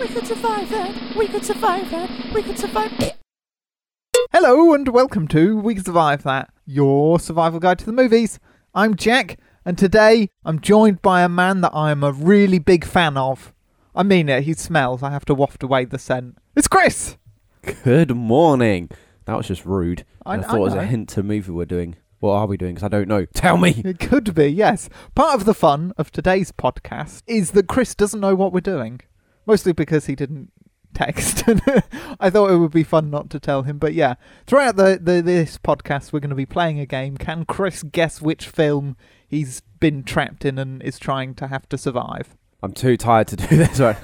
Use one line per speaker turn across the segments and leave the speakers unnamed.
We could survive that. We could survive that. We could survive.
Hello and welcome to We Survive That, your survival guide to the movies. I'm Jack, and today I'm joined by a man that I am a really big fan of. I mean it, he smells. I have to waft away the scent. It's Chris!
Good morning. That was just rude.
I-
I,
I
thought it was
know.
a hint to movie we're doing. What are we doing? Because I don't know. Tell me.
It could be, yes. Part of the fun of today's podcast is that Chris doesn't know what we're doing, mostly because he didn't text. I thought it would be fun not to tell him, but yeah. Throughout the, the this podcast, we're going to be playing a game. Can Chris guess which film he's been trapped in and is trying to have to survive?
I'm too tired to do this. Right.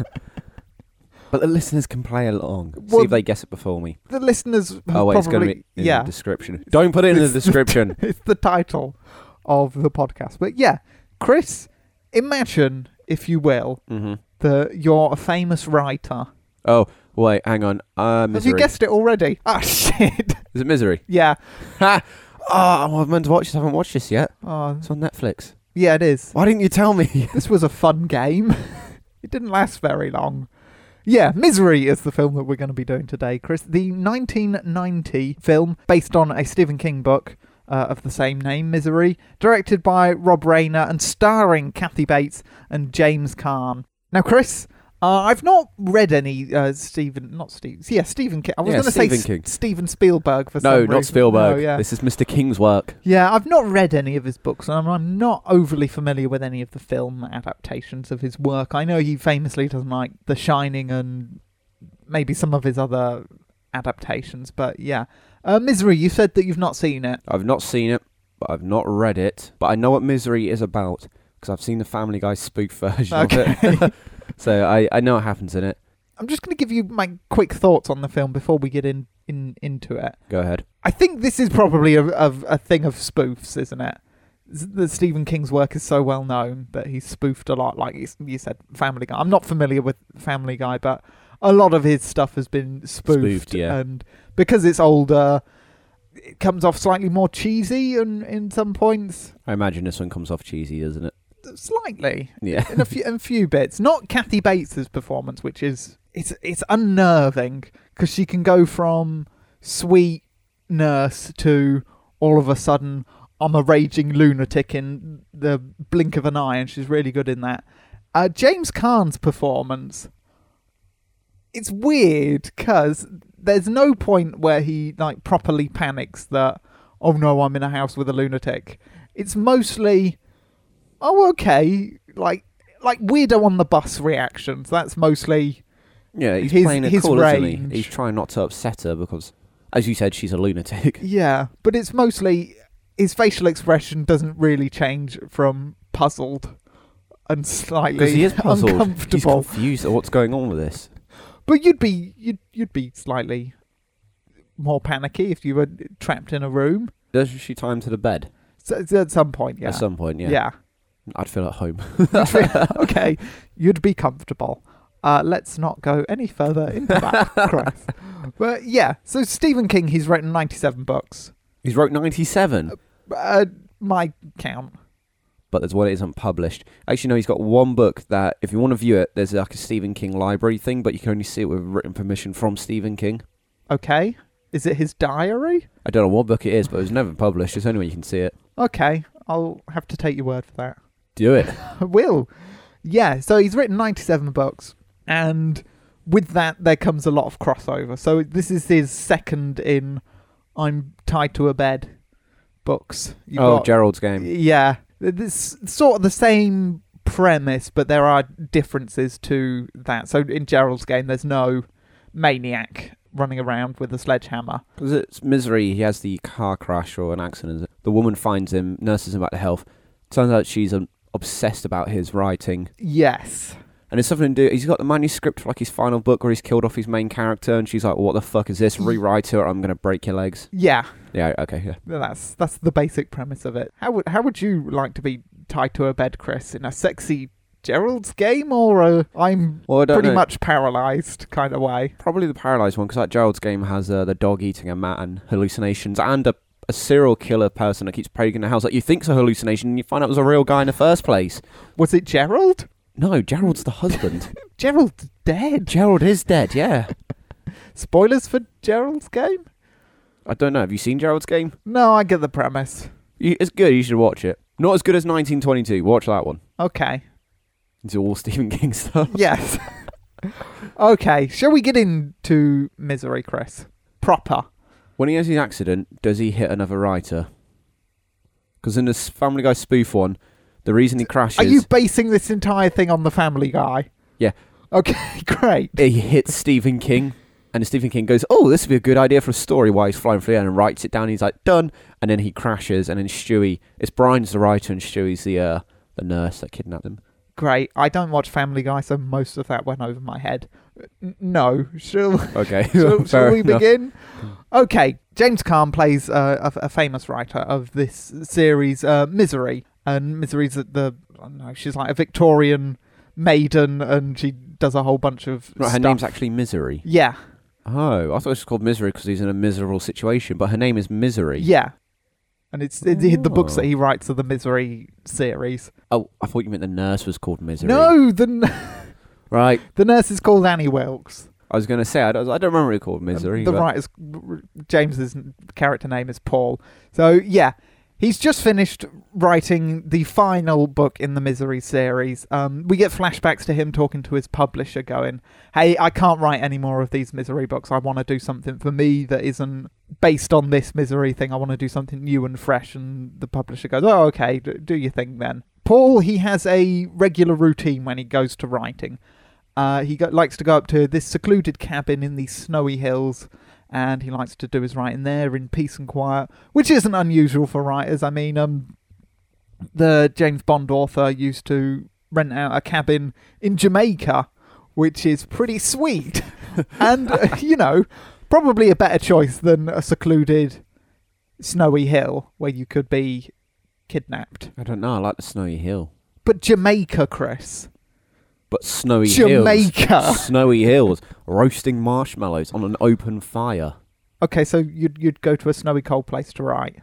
but the listeners can play along.
Well-
See if they guess it before me.
The listeners have
Oh wait, it's going to
probably
be in
yeah.
the description. Don't put it in the
It's the-
description.
it's the title of the podcast, but yeah, Chris, imagine if you will
hmm
that you're a famous writer.
Oh wait, hang on. Uh,
Have
misery.
you guessed it already? Ah, shit.
Is it misery?
yeah.
Ha! Oh, I've meant to watch this. I haven't watched this yet.
Oh,
It's on Netflix.
yeah, it is.
Why didn't you tell me?
This was a fun game. it didn't last very long. Yeah, Misery is the film that we're going to be doing today, Chris. The 1990 film based on a Stephen King book uh, of the same name, Misery, directed by Rob Reiner and starring Kathy Bates and James Caan. Now, Chris, uh, I've not read any uh, Stephen, not Steve, yeah, Stephen King. I was
Yeah,
going to say
Stephen
S-
King.
Steven Spielberg for some
no,
reason.
not Spielberg.
No, yeah.
This is Mr. King's work.
Yeah, I've not read any of his books, and I'm, I'm not overly familiar with any of the film adaptations of his work. I know he famously doesn't like The Shining and maybe some of his other adaptations, but yeah. Uh, Misery, you said that you've not seen it.
I've not seen it, but I've not read it, but I know what Misery is about because I've seen the Family Guy spook version of
Okay.
it. so I, I know what happens in it.
I'm just going to give you my quick thoughts on the film before we get in, in into it.
Go ahead.
I think this is probably a, a, a thing of spoofs, isn't it? S- That Stephen King's work is so well known that he's spoofed a lot, like you s- you said, Family Guy. I'm not familiar with Family Guy, but a lot of his stuff has been spoofed,
Spoofed, yeah.
and because it's older, it comes off slightly more cheesy in, in some points,
I imagine this one comes off cheesy, doesn't it?
slightly
Yeah.
in a few in a few bits. Not Kathy Bates's performance, which is it's it's unnerving because she can go from sweet nurse to all of a sudden I'm a raging lunatic in the blink of an eye, and she's really good in that. Uh, James Caan's performance. It's weird because there's no point where he like properly panics that oh no I'm in a house with a lunatic. It's mostly oh okay like like weirdo on the bus reactions that's mostly
Yeah, he's
His-
playing it
his
cool, isn't
range.
he? He's trying not to upset her because, as you said, she's a lunatic.
yeah but it's mostly his facial expression doesn't really change from puzzled and slightly
Because he is puzzled. He's
uncomfortable
confused at what's going on with this.
but you'd be you'd, you'd be slightly more panicky if you were trapped in a room
Does she tie him to the bed
so, so at some point yeah
at some point? Yeah.
yeah
I'd feel at home.
okay, you'd be comfortable. Uh, let's not go any further into that, Chris. But yeah, so Stephen King, he's written 97 books.
he's wrote 97,
Uh, my count.
but there's one that isn't published. Actually, no, he's got one book that, if you want to view it, there's like a Stephen King library thing, but you can only see it with written permission from Stephen King.
Okay. Is it his diary?
I don't know what book it is, but it was never published. There's only way you can see it.
Okay, I'll have to take your word for that.
Do it.
I will. Yeah, so he's written 97 books, and with that, there comes a lot of crossover. So this is his second in I'm tied to a bed books. You've
oh,
got-
Gerald's game.
Yeah, it's sort of the same premise, but there are differences to that. So in Gerald's game, there's no maniac running around with a sledgehammer.
Because it's misery. He has the car crash or an accident. The woman finds him, nurses him back to health. Turns out she's um, obsessed about his writing.
Yes.
And it's something to do. He's got the manuscript for like his final book where he's killed off his main character, and she's like, "What the fuck is this? Rewrite it, or I'm gonna break your legs."
Yeah,
Yeah. Okay. Yeah.
that's that's the basic premise of it. How would how would you like to be tied to a bed, Chris, in a sexy Gerald's game or a I'm
Well, I don't
pretty
know.
much paralyzed kind of way?
Probably the paralyzed one, because that Gerald's game has uh, the dog eating a mat and hallucinations, and a, a serial killer person that keeps plaguing the house that you think's a hallucination, and you find out it was a real guy in the first place.
Was it Gerald?
No, Gerald's the husband.
Gerald's dead.
Gerald is dead. Yeah.
Spoilers for Gerald's game?
I don't know. Have you seen Gerald's game?
No, I get the premise.
You- It's good. You should watch it. Not as good as 1922. Watch that one.
Okay.
It's all Stephen King stuff.
Yes. okay. Shall we get into misery, Chris? Proper.
When he has his accident, does he hit another writer? Because in this Family Guy spoof one, the reason he crashes,
Are you basing this entire thing on the Family Guy?
Yeah.
Okay. Great.
he hits Stephen King, and Stephen King goes, "Oh, this would be a good idea for a story." While he's flying through the air and writes it down, he's like, "Done," and then he crashes, and then Stewie, it's Brian's the writer, and Stewie's the uh, the nurse that kidnapped him.
Great. I don't watch Family Guy, so most of that went over my head. N- No. Shall
Okay,
shall, shall
fair
we
enough.
begin? Okay, James Caan plays uh, a, a famous writer of this series, uh, Misery, and Misery's at the I don't know, she's like a Victorian maiden, and she does a whole bunch of
Right, her
stuff.
name's actually Misery.
yeah,
Oh, I thought it was called Misery because he's in a miserable situation, but her name is Misery.
yeah, and it's, it's the books that
Oh.
he writes are the Misery series.
Oh, I thought you meant the nurse was called Misery.
No, the n-
Right.
the nurse is called Annie Wilkes.
I was going to say, I don't, I don't remember it called
and
Misery.
The
but
writer's James's character name is Paul. So yeah, he's just finished writing the final book in the Misery series. Um, we get flashbacks to him talking to his publisher, going, "Hey, I can't write any more of these Misery books. I want to do something for me that isn't based on this Misery thing. I want to do something new and fresh." And the publisher goes, "Oh, okay, d- do your thing then." Paul, he has a regular routine when he goes to writing. Uh, he go- likes to go up to this secluded cabin in these snowy hills, and he likes to do his writing there in peace and quiet, which isn't unusual for writers. I mean, um, the James Bond author used to rent out a cabin in Jamaica, which is pretty sweet, and uh, you know, probably a better choice than a secluded, snowy hill where you could be kidnapped.
I don't know. I like the snowy hill.
But Jamaica, Chris,
But snowy hills.
Jamaica.
Snowy hills. Roasting marshmallows on an open fire.
Okay, so you'd you'd go to a snowy cold place to write.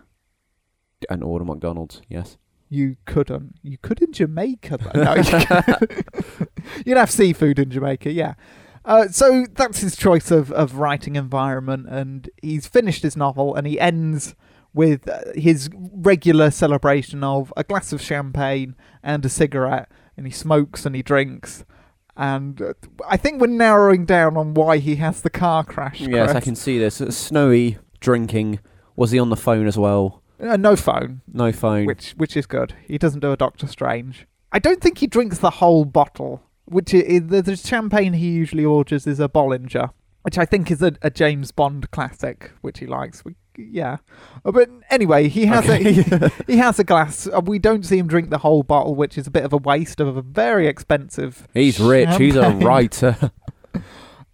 And order McDonald's, yes.
You couldn't. You could in Jamaica though. No, you could. You'd have seafood in Jamaica, yeah. Uh, so that's his choice of, of writing environment, and he's finished his novel, and he ends with uh, his regular celebration of a glass of champagne and a cigarette, and he smokes and he drinks, and uh, I think we're narrowing down on why he has the car crash.
Yes, I
Chris.
can see this. It's snowy, drinking. Was he on the phone as well?
Uh, no phone.
No phone.
which which is good. He doesn't do a Doctor Strange. I don't think he drinks the whole bottle. Which i i- the, the champagne he usually orders is a Bollinger, which I think is a, a James Bond classic, which he likes. We, yeah, Uh, but anyway, he has a he, he has a glass. Uh, We don't see him drink the whole bottle, which is a bit of a waste of a very expensive.
He's rich. He's a
champagne.
writer.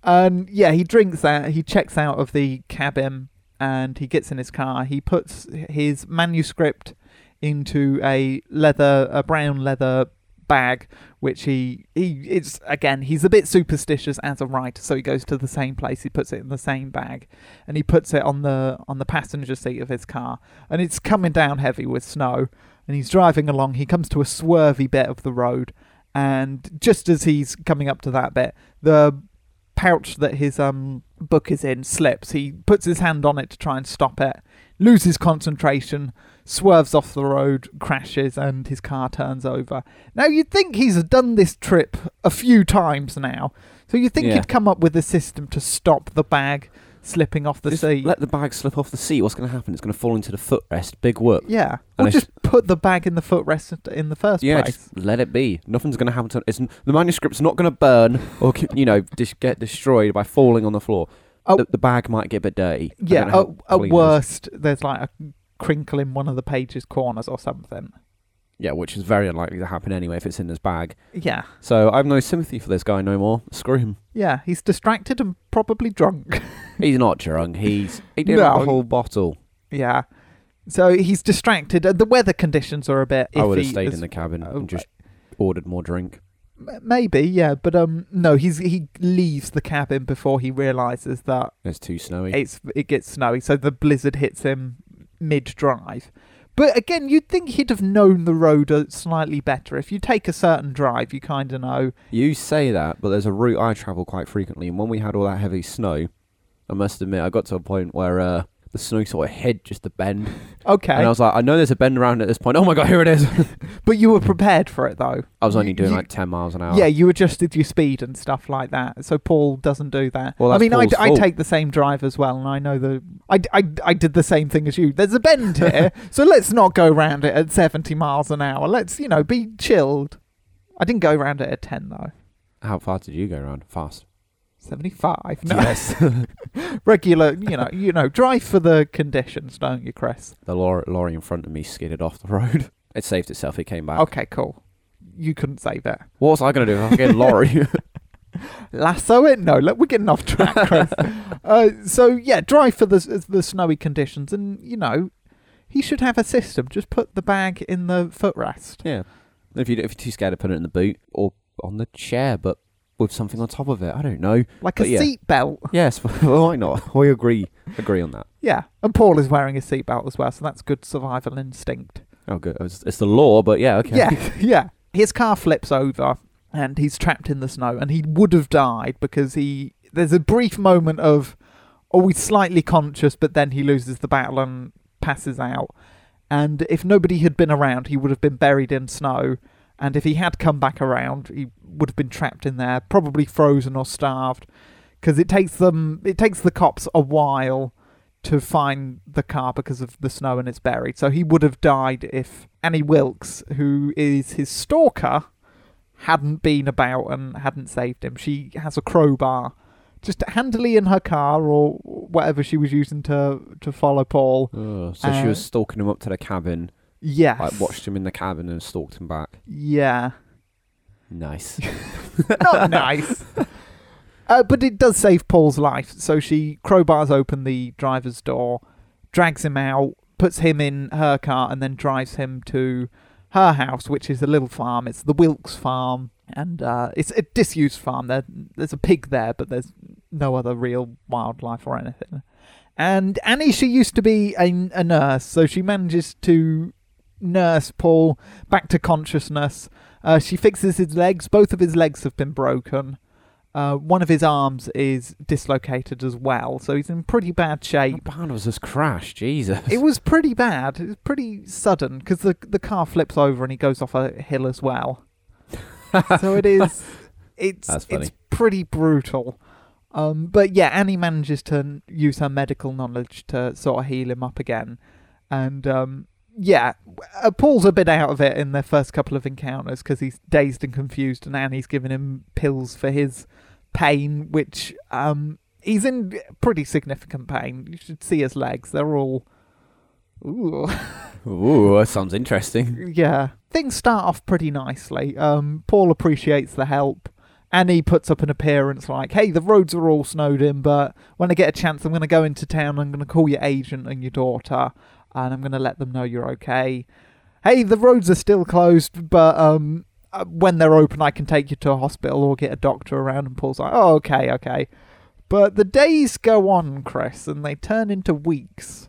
And yeah, he drinks that. He checks out of the cabin and he gets in his car. He puts his manuscript into a leather, a brown leather bag, which he he it's again he's a bit superstitious as a writer, so he goes to the same place. He puts it in the same bag, and he puts it on the on the passenger seat of his car. And it's coming down heavy with snow, and he's driving along. He comes to a swervy bit of the road, and just as he's coming up to that bit, the pouch that his um book is in slips. He puts his hand on it to try and stop it, loses concentration, swerves off the road, crashes, and his car turns over. Now you'd think he's done this trip a few times now, so you'd think
Yeah.
he'd come up with a system to stop the bag slipping off the
Just
seat.
Let the bag slip off the seat. What's going to happen? It's going to fall into the footrest. Big work.
yeah,
And
or
I
just put the bag in the footrest in the first
Yeah,
place.
just let it be. Nothing's going to happen to it's n- The manuscript's not going to burn or keep, you know dis- get destroyed by falling on the floor.
Oh.
The, the bag might get a bit dirty. I
Yeah,
don't know how
at, at
clean it is.
worst, there's like a crinkle in one of the page's corners or something.
Yeah, which is very unlikely to happen anyway if it's in this bag.
Yeah.
So I have no sympathy for this guy no more. Screw him.
Yeah, he's distracted and probably drunk.
He's not drunk. He's he did
No.
a whole bottle.
yeah. So he's distracted. and The weather conditions are a bit iffy.
I would have stayed
as-
in the cabin
Oh,
and just ordered more drink.
m- Maybe, yeah, but um, no, he's he leaves the cabin before he realizes that
It's too snowy.
it's it gets snowy, so the blizzard hits him mid drive. But again, you'd think he'd have known the road uh, slightly better. If you take a certain drive, you kind of know.
You say that, but there's a route I travel quite frequently, and when we had all that heavy snow, I must admit, I got to a point where uh, the snow sort of hid just the bend,
Okay.
and I was like, I know there's a bend around at this point. Oh my god, here it is!
but you were prepared for it, though.
I was only
You-
doing
you-
like ten miles an hour.
Yeah, you adjusted your speed and stuff like that. So Paul doesn't do that.
Well,
I
that's
mean, I,
Paul's
I
fault.
take the same drive as well, and I know the I, I, I did the same thing as you. There's a bend here, so let's not go round it at 70 miles an hour. Let's you know be chilled. I didn't go round it at 10 though.
How fast did you go around? Fast.
75. No. Yes. Regular, you know, you know, drive for the conditions, don't you, Chris?
The lorry, lorry in front of me skidded off the road. It saved itself. It came back.
Okay, cool. You couldn't save it.
What was I going to do? if I get lorry.
lasso it? No, look, we're getting off track, Chris. uh, so yeah, drive for the the snowy conditions, and you know, he should have a system. Just put the bag in the footrest.
yeah. If you if you're too scared to put it in the boot or on the chair, but with something on top of it, I don't know.
Like
But
a
yeah.
seat belt.
Yes, well, why not? We agree agree on that.
Yeah. And Paul is wearing a seatbelt as well, so that's good survival instinct.
Oh, good. It's, it's the law, but yeah, okay.
Yeah, yeah. His car flips over and he's trapped in the snow and he would have died because he there's a brief moment of oh he's slightly conscious but then he loses the battle and passes out. And if nobody had been around he would have been buried in snow and if he had come back around he would have been trapped in there, probably frozen or starved because it takes them it takes the cops a while to find the car because of the snow and it's buried. So he would have died if Annie Wilkes, who is his stalker, hadn't been about and hadn't saved him. She has a crowbar just handily in her car or whatever she was using to to follow Paul.
Oh, so she was stalking him up to the cabin,
Yes.
like watched him in the cabin and stalked him back.
Yeah.
Nice.
Not nice. Uh, but it does save Paul's life. So she crowbars open the driver's door, drags him out, puts him in her car, and then drives him to her house, which is a little farm. It's the Wilkes farm, and uh, it's a disused farm. There, there's a pig there, but there's no other real wildlife or anything. And Annie, she used to be a, a nurse, so she manages to nurse Paul back to consciousness. Uh, she fixes his legs. Both of his legs have been broken. Uh, one of his arms is dislocated as well, so he's in pretty bad shape.
How bad was this crash? Jesus.
It was pretty bad. It was pretty sudden because the the car flips over and he goes off a hill as well. so it is. It's
That's funny.
it's pretty brutal. Um, but yeah, Annie manages to n- use her medical knowledge to sort of heal him up again, and um, yeah, uh, Paul's a bit out of it in their first couple of encounters because he's dazed and confused, and Annie's giving him pills for his pain, which um, he's in pretty significant pain. You should see his legs; they're all Ooh.
Ooh, that sounds interesting.
yeah. Things start off pretty nicely. Um, Paul appreciates the help. Annie puts up an appearance like, hey, the roads are all snowed in, but when I get a chance, I'm going to go into town. I'm going to call your agent and your daughter, and I'm going to let them know you're okay. Hey, the roads are still closed, but um, uh, when they're open, I can take you to a hospital or get a doctor around. And Paul's like, oh, okay, okay. But the days go on, Chris, and they turn into weeks,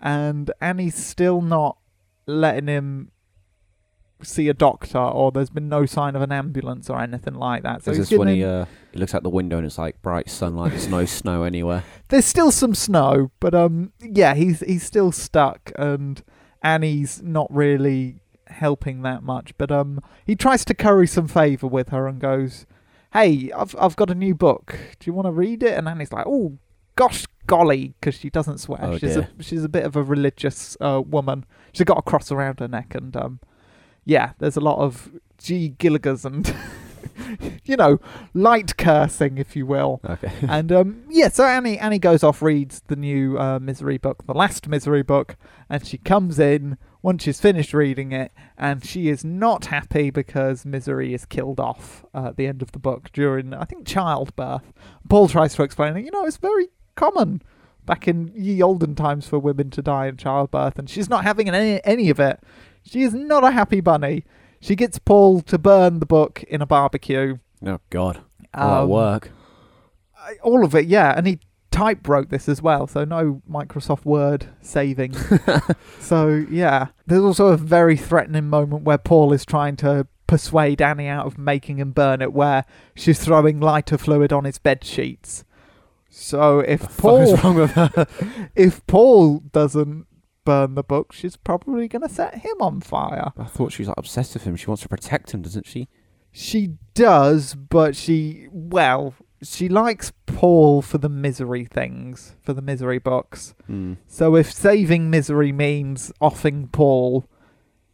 and Annie's still not letting him see a doctor, or there's been no sign of an ambulance or anything like that. So
So
he's
this when
getting-
he, uh, he looks out the window and it's like bright sunlight, there's no snow anywhere.
there's still some snow, but um, yeah, he's he's still stuck, and Annie's not really helping that much. But um, he tries to curry some favour with her and goes, "Hey, I've I've got a new book. Do you want to read it?" And Annie's like, "Oh, gosh, golly," because she doesn't swear.
Oh,
she's
dear.
a she's a bit of a religious uh, woman. She's got a cross around her neck, and um, yeah, there's a lot of G Gilligas and you know light cursing, if you will
Okay.
and um, yeah, so Annie Annie goes off, reads the new uh, misery book, the last misery book, and she comes in once she's finished reading it, and she is not happy because misery is killed off uh, at the end of the book during I think childbirth. Paul tries to explain it. You know, it's very common back in ye olden times for women to die in childbirth, and she's not having any any of it. She is not a happy bunny. She gets Paul to burn the book in a barbecue.
oh, God. All that
Um,
work.
I- all of it, yeah. And he type wrote this as well, so no Microsoft Word saving. so yeah, there's also a very threatening moment where Paul is trying to persuade Annie out of making him burn it, where she's throwing lighter fluid on his bed sheets. So if Paul
wrong with her?
if Paul doesn't burn the book, she's probably going to set him on fire.
I thought she was like obsessed with him. She wants to protect him, doesn't she?
She does, but she, well, she likes Paul for the misery things, for the misery books.
Mm.
So if saving misery means offing Paul,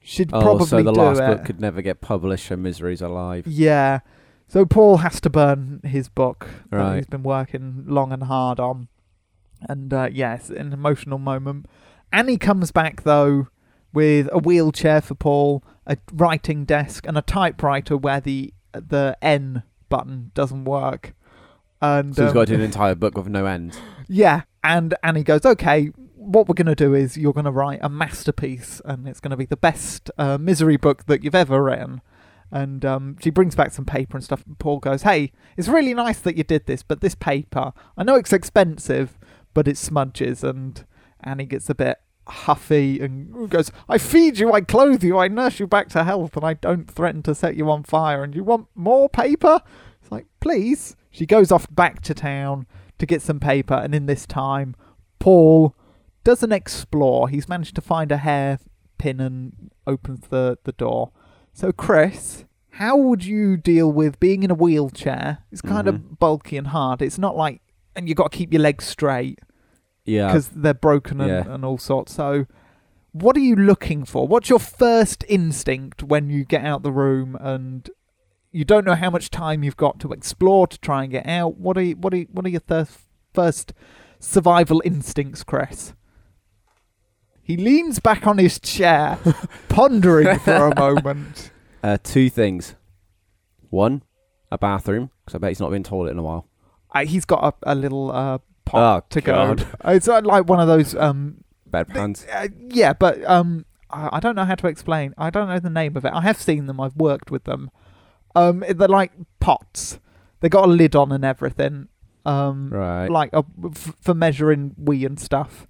she'd
Oh,
probably
so the
do
last
it.
book could never get published. Her misery's alive.
Yeah. So Paul has to burn his book that
Right.
he's been working long and hard on. And uh, yes, an emotional moment. Annie comes back though with a wheelchair for Paul, a writing desk, and a typewriter where the the N button doesn't work. And
So he's
um,
got to do an entire book with no end.
yeah, and Annie goes, okay, what we're going to do is you're going to write a masterpiece, and it's going to be the best uh, misery book that you've ever written. And um, she brings back some paper and stuff. And Paul goes, hey, it's really nice that you did this, but this paper, I know it's expensive, but it smudges. And Annie gets a bit huffy and goes, I feed you, I clothe you, I nurse you back to health, and I don't threaten to set you on fire. And you want more paper? It's like, please. She goes off back to town to get some paper, and in this time, Paul doesn't explore. He's managed to find a hairpin and opens the, the door. So, Chris, how would you deal with being in a wheelchair? It's kind
Mhm.
of bulky and hard. It's not like, and you've got to keep your legs straight
Yeah.
because they're broken and,
Yeah.
and all sorts. So, what are you looking for? What's your first instinct when you get out the room and you don't know how much time you've got to explore to try and get out? What are you, what are you, what are your thir- first survival instincts, Chris? He leans back on his chair, pondering for a moment.
Uh, two things. One, a bathroom, because I bet he's not been to the toilet in a while.
Uh, he's got a, a little uh,
Oh,
pot to
God.
go. It's uh, like one of those um,
Bed pans.
Uh, yeah, but um, I, I don't know how to explain. I don't know the name of it. I have seen them. I've worked with them. Um, they're like pots. They got a lid on and everything. Um,
Right.
like a, f- for measuring wee and stuff.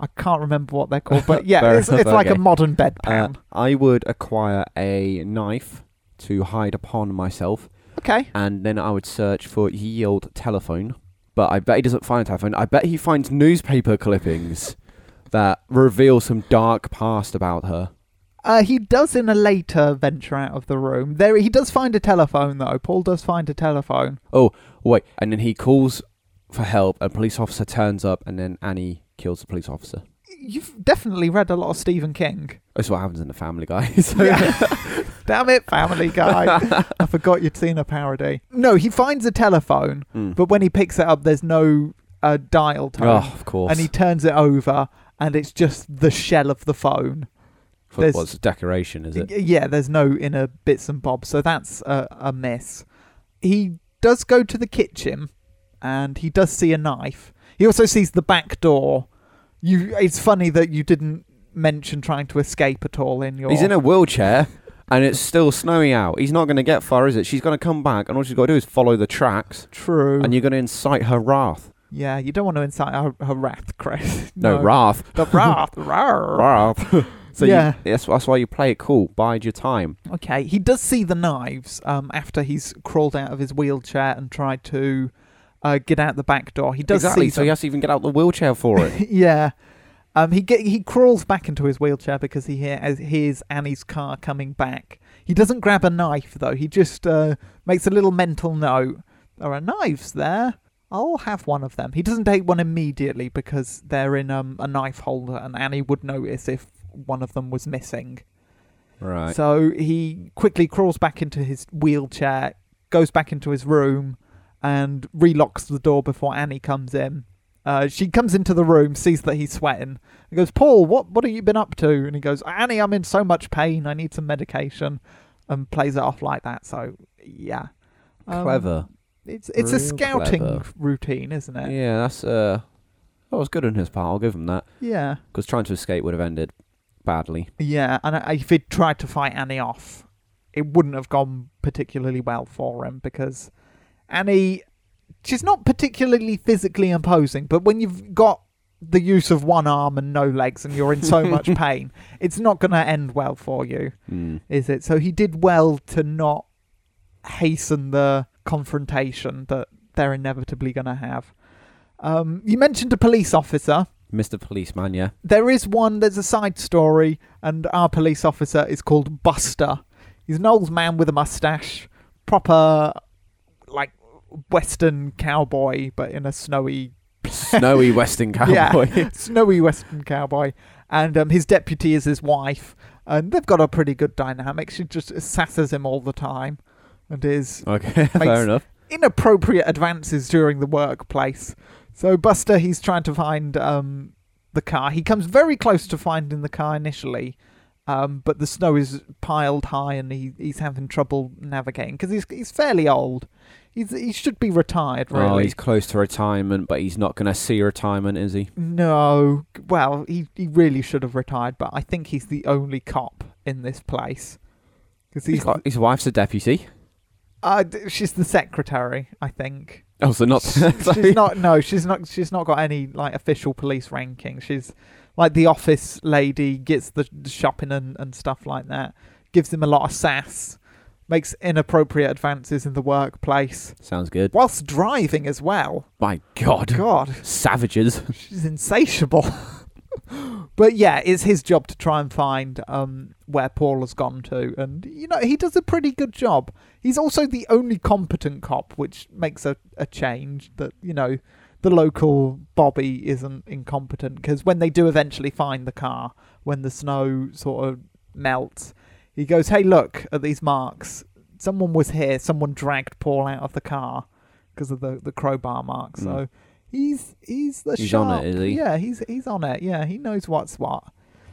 I can't remember what they're called, but yeah,
Fair
it's,
enough,
it's like a
okay.
modern
Uh,
bedpan.
I would acquire a knife to hide upon myself,
okay.
and then I would search for ye old telephone. But I bet he doesn't find a telephone. I bet he finds newspaper clippings that reveal some dark past about her.
Uh, he does in a later venture out of the room. There, he does find a telephone though. Paul does find a telephone.
Wait, and then he calls for help. A police officer turns up, and then Annie kills the police officer.
You've definitely read a lot of Stephen King.
That's what happens in the Family Guy. so-
Yeah. Damn it, Family Guy. I forgot you'd seen a parody. No, he finds a telephone,
Mm.
but when he picks it up, there's no uh, dial tone.
Oh, of course.
and he turns it over, and it's just the shell of the phone. there's-
What's the decoration? Is it?
Y- Yeah, there's no inner bits and bobs, so that's a, a miss. He does go to the kitchen, and he does see a knife. He also sees the back door. You, it's funny that you didn't mention trying to escape at all in your.
He's in a wheelchair and it's still snowing out. He's not going to get far, is it? She's going to come back and all she's got to do is follow the tracks
true.
and you're going to incite her wrath.
Yeah, you don't want to incite her, her wrath, Chris.
No, wrath.
The wrath. rawr.
Wrath. so
Yeah.
yeah. that's, that's why you play it cool. Bide your time.
Okay, he does see the knives um, after he's crawled out of his wheelchair and tried to uh, get out the back door. He does
exactly.
see
So he
them.
has to even get out the wheelchair for it.
yeah. Um, he get, he crawls back into his wheelchair because he hear, as hears Annie's car coming back. He doesn't grab a knife though. He just uh, makes a little mental note. There are knives there. I'll have one of them. He doesn't take one immediately because they're in um, a knife holder, and Annie would notice if one of them was missing.
right.
So he quickly crawls back into his wheelchair, goes back into his room, and relocks the door before Annie comes in. Uh, she comes into the room, sees that he's sweating, and goes, "Paul, what what have you been up to?" And he goes, "Annie, I'm in so much pain. I need some medication," and plays it off like that. So yeah, Um,
Clever.
It's it's a
Real
scouting
clever.
routine, isn't it?
yeah, that's. uh That was good on his part. I'll give him that.
yeah.
Because trying to escape would have ended badly.
Yeah, and I- if he'd tried to fight Annie off, it wouldn't have gone particularly well for him because Annie she's not particularly physically imposing, but when you've got the use of one arm and no legs and you're in so much pain, it's not going to end well for you,
Mm.
is it? So he did well to not hasten the confrontation that they're inevitably going to have. Um, you mentioned a police officer.
Mr. Policeman, yeah.
There is one, there's a side story, and our police officer is called Buster. He's an old man with a mustache, proper, like, Western cowboy, but in a snowy,
Snowy Western
Yeah.
cowboy.
snowy Western cowboy. And um, his deputy is his wife, and they've got a pretty good dynamic. She just sasses him all the time and is
okay,
Makes-
fair enough.
inappropriate advances during the workplace. So Buster, he's trying to find um, the car. He comes very close to finding the car initially, um, but the snow is piled high and he, he's having trouble navigating because he's he's fairly old. He's he should be retired, really.
Oh, he's close to retirement, but he's not going to see retirement, is he?
No, well, he he really should have retired, but I think he's the only cop in this place because
He's
he's
got, his wife's a deputy.
uh, d- she's the secretary, I think.
Oh, so not.
she's not no she's not she's not got any like official police ranking she's like the office lady gets the, the shopping and, and stuff like that gives him a lot of sass makes inappropriate advances in the workplace
Sounds good.
whilst driving as well
My God.
god
Savages.
she's insatiable but yeah it's his job to try and find um where paul has gone to and you know he does a pretty good job he's also the only competent cop which makes a, a change that you know the local bobby isn't incompetent because when they do eventually find the car when the snow sort of melts he goes hey look at these marks someone was here someone dragged paul out of the car because of the, the crowbar mark
Mm.
so he's he's the
He's on it,
sharp-
is he?
yeah he's he's on it yeah he knows what's what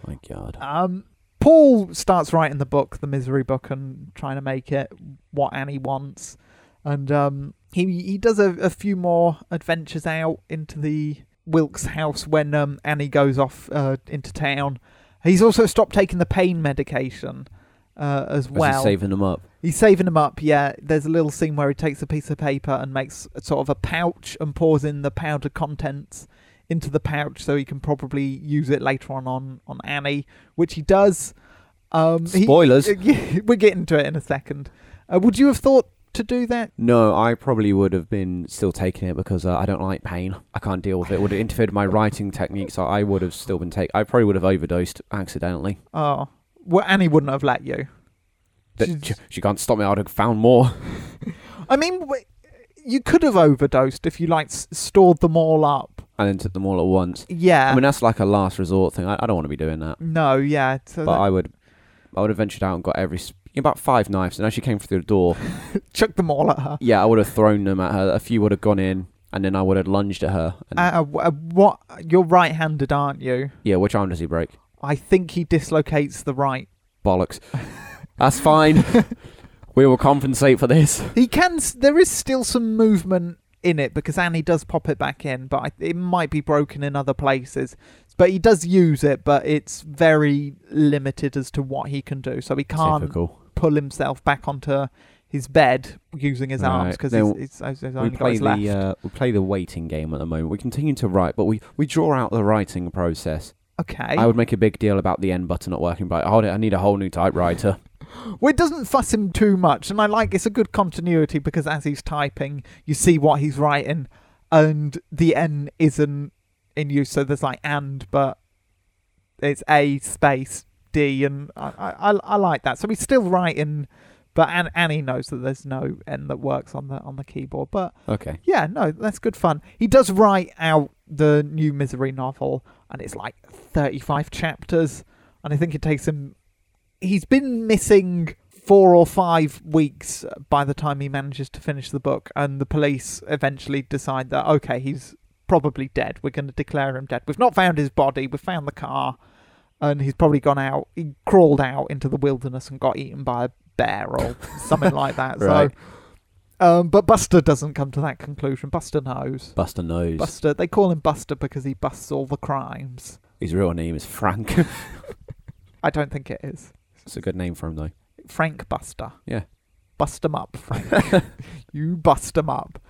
My God.
um, Paul starts writing the book, the misery book, and trying to make it what Annie wants. And um, he he does a, a few more adventures out into the Wilkes house when um, Annie goes off uh, into town. He's also stopped taking the pain medication uh, as
As
well.
he's saving them up.
He's saving them up, yeah. There's a little scene where he takes a piece of paper and makes a sort of a pouch and pours in the powdered contents into the pouch so he can probably use it later on on, on Annie, which he does. Um, he-
Spoilers.
Yeah, we're getting to it in a second. Uh, would you have thought to do that?
No, I probably would have been still taking it because uh, I don't like pain. I can't deal with it. It would have interfered with my writing technique, so I would have still been take. I probably would have overdosed accidentally.
Oh, well, Annie wouldn't have let you.
That she, she can't stop me. I'd have found more.
I mean, w- you could have overdosed if you like s- stored them all up.
And then took them all at once.
Yeah.
I mean, that's like a last resort thing. I, I don't want to be doing that.
no, yeah. So
But
that-
I would, I would have ventured out and got every s- about five knives. And as she came through the door,
chuck them all at her.
yeah, I would have thrown them at her. A few would have gone in, and then I would have lunged at her. And,
Uh, w- uh, what? You're right-handed, aren't you?
yeah, which arm does he break?
I think he dislocates the right.
Bollocks. that's fine. we will compensate for this.
He can. s- There is still some movement in it because Annie does pop it back in, but I, it might be broken in other places. But he does use it, but it's very limited as to what he can do. So he can't
Typical.
pull himself back onto his bed using his arms
Right.
because
Then
he's, he's, he's
we
only got
play
his
the
left.
Uh, we play the waiting game at the moment. We continue to write, but we, we draw out the writing process.
okay.
I would make a big deal about the end button not working, but hold it, I need a whole new typewriter.
Well, it doesn't fuss him too much, and I like it's a good continuity because as he's typing, you see what he's writing, and the N isn't in use, so there's like and, but it's A space D, and I I, I- I like that. So he's still writing, but An- Annie knows that there's no N that works on the on the keyboard, but
okay.
yeah, no, that's good fun. He does write out the new misery novel, and it's like 35 chapters, and I think it takes him. He's been missing four or five weeks by the time he manages to finish the book, and the police eventually decide that, okay, he's probably dead. We're going to declare him dead. We've not found his body, we've found the car, and he's probably gone out. He crawled out into the wilderness and got eaten by a bear or something like that.
Right.
So. Um, but Buster doesn't come to that conclusion. Buster knows.
Buster knows.
Buster, they call him Buster because he busts all the crimes.
His real name is Frank.
I don't think it is.
it's a good name for him, though.
Frank Buster.
Yeah.
Bust 'em up, Frank. you bust 'em up.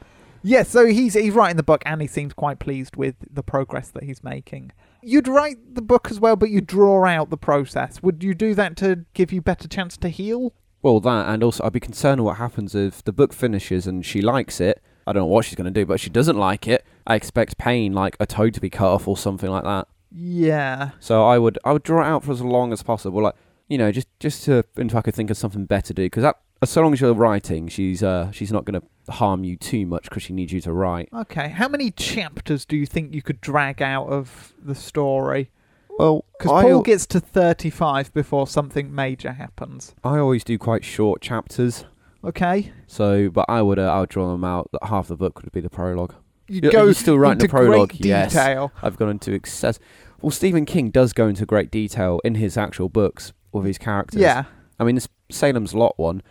Yeah, so he's he's writing the book and he seems quite pleased with the progress that he's making. You'd write the book as well, but you draw out the process. Would you do that to give you better chance to heal?
Well, that, and also I'd be concerned what happens if the book finishes and she likes it. I don't know what she's going to do, but if she doesn't like it, I expect pain, like a toe to be cut off or something like that.
Yeah.
So I would, I would draw it out for as long as possible, like you know, just just to if I could think of something better to do, because that, so long as you're writing, she's uh, she's not going to harm you too much because she needs you to write.
Okay. How many chapters do you think you could drag out of the story?
Well,
Because Paul gets to thirty-five before something major happens.
I always do quite short chapters,
Okay.
so but I would, uh, I would draw them out. That half the book would be the prologue.
You
You're- you're still writing the
into
prologue,
Great
yes.
detail.
I've gone into excess. Well, Stephen King does go into great detail in his actual books with his characters.
Yeah.
I mean, this Salem's Lot one,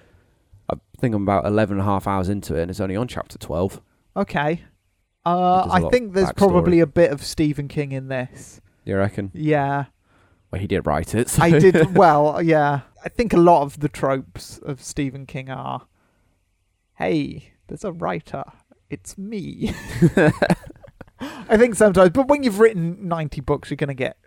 I think I'm about 11 and a half hours into it, and it's only on chapter 12.
Okay. Uh,
There's a
I
lot
think there's
backstory.
probably a bit of Stephen King in this.
You reckon?
Yeah.
Well, he did write it. so-
I did well, yeah. I think a lot of the tropes of Stephen King are hey, there's a writer. It's me. I think sometimes, but when you've written 90 books, you're going to get,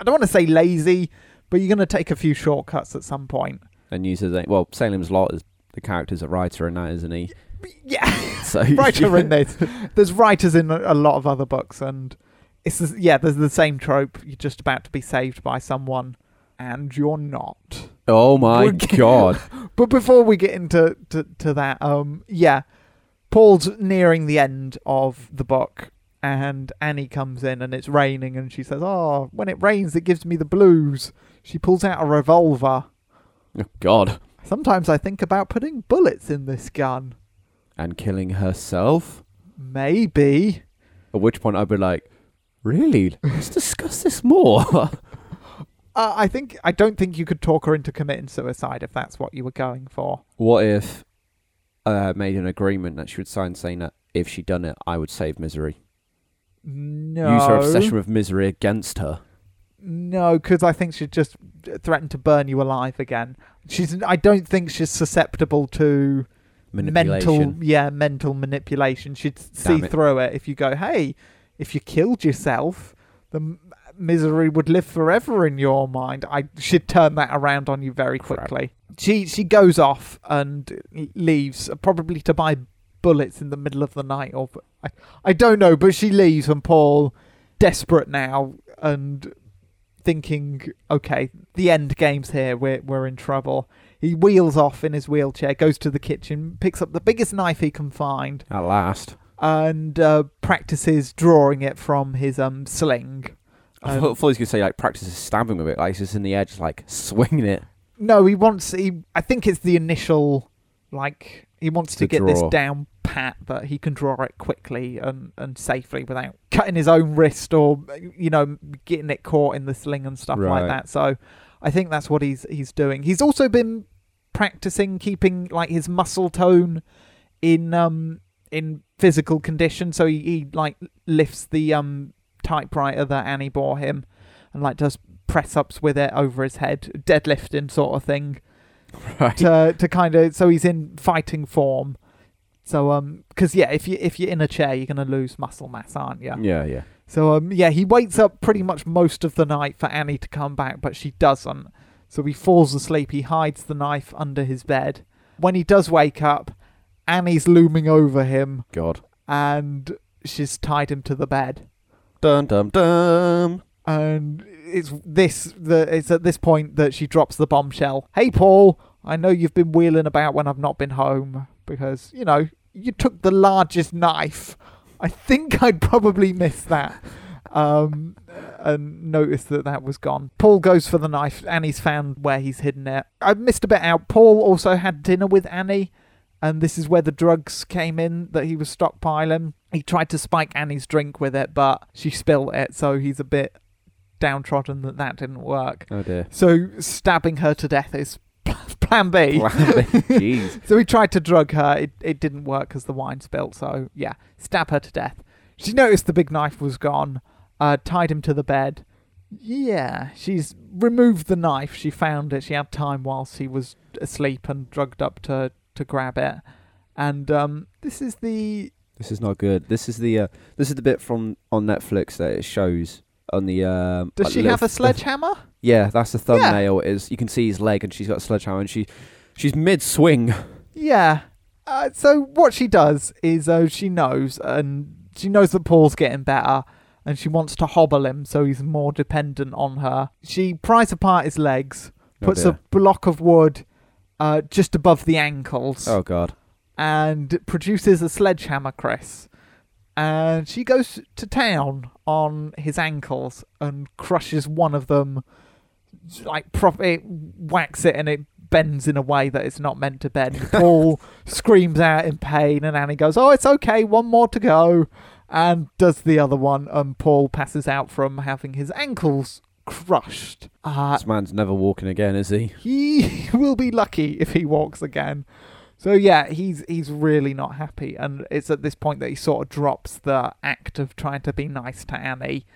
I don't want to say lazy, but you're going to take a few shortcuts at some point.
and uses it. Well, Salem's Lot is the character's a writer in that, isn't he?
But yeah,
So
writer in this. There's writers in a a lot of other books, and it's, the- yeah, there's the same trope. You're just about to be saved by someone, and you're not.
Oh my
Would-
god!
But before we get into to, to that, um, yeah, Paul's nearing the end of the book, and Annie comes in, and it's raining, and she says, "Oh, when it rains, it gives me the blues." She pulls out a revolver.
Oh god!
Sometimes I think about putting bullets in this gun.
And killing herself.
Maybe.
At which point I'd be like, "Really? Let's discuss this more."
Uh, I think I don't think you could talk her into committing suicide if that's what you were going for.
What if I made an agreement that she would sign saying that if she'd done it, I would save misery?
No.
Use her obsession with misery against her.
No, because I think she'd just threaten to burn you alive again. She's. I don't think she's susceptible to
Manipulation.
mental. Yeah, mental manipulation. She'd s-
Damn
see
it.
through it. If you go, hey, if you killed yourself, the m- misery would live forever in your mind. I should turn that around on you very
Crap.
quickly. She she goes off and l- leaves, uh, probably to buy bullets in the middle of the night, or I, I don't know. But she leaves, and Paul, desperate now, and thinking, okay, the end game's here. We're we're in trouble. He wheels off in his wheelchair, goes to the kitchen, picks up the biggest knife he can find,
At last,
and uh, practices drawing it from his um sling.
I
Um,
thought you could say like practice stabbing with it, like it's just in the air, just like swinging it.
No, he wants. He, I think it's the initial, like he wants to,
To
get this
draw.
down pat that he can draw it quickly and and safely without cutting his own wrist or you know getting it caught in the sling and stuff like
Right.
that. So, I think that's what he's he's doing. He's also been practicing keeping like his muscle tone in um in physical condition. So he, he like lifts the um typewriter that Annie bore him and like does press ups with it over his head, deadlifting sort of thing
Right.
to to kind of so he's in fighting form. So um, because yeah, if you if you're in a chair, you're gonna lose muscle mass, aren't you?
Yeah, yeah.
So um, yeah, he waits up pretty much most of the night for Annie to come back, but she doesn't. So he falls asleep. He hides the knife under his bed. When he does wake up, Annie's looming over him,
God.
and she's tied him to the bed
Dum dum dum.
and it's this the it's at this point that she drops the bombshell. Hey Paul, I know you've been wheeling about when I've not been home because you know you took the largest knife. I think I'd probably miss that. Um, and noticed that that was gone. Paul goes for the knife. Annie's found where he's hidden it. I missed a bit out. Paul also had dinner with Annie, and this is where the drugs came in that he was stockpiling. He tried to spike Annie's drink with it, but she spilled it, so he's a bit downtrodden that that didn't work.
Oh dear.
So stabbing her to death is plan B.
Jeez.
So he tried to drug her. It, it didn't work because the wine spilled. So yeah, stab her to death. She noticed the big knife was gone. Uh, tied him to the bed. Yeah, she's removed the knife. She found it. She had time whilst he was asleep and drugged up to to grab it. And um, this is the
This is not good. This is the uh, this is the bit from on Netflix that it shows on the. Um,
Does
like
she
little
have a
th-
sledgehammer?
yeah, that's the thumbnail. Is you can see his leg, and she's got a sledgehammer, and she she's Oh, mid swing.
Yeah. Uh, so what she does is uh, she knows, and she knows that Paul's getting better, and she wants to hobble him so he's more dependent on her. She pries apart his legs,
Oh,
puts a block of wood uh, just above the ankles,
Oh god.
and produces a sledgehammer, Chris. And she goes to town on his ankles and crushes one of them, like prop it whacks it and it bends in a way that it's not meant to bend. Paul screams out in pain, and Annie goes, "Oh, it's okay, one more to go," and does the other one, and Paul passes out from having his ankles crushed. Uh,
This man's never walking again, is he?
he will be lucky if he walks again. So yeah, he's he's really not happy, and it's at this point that he sort of drops the act of trying to be nice to Annie,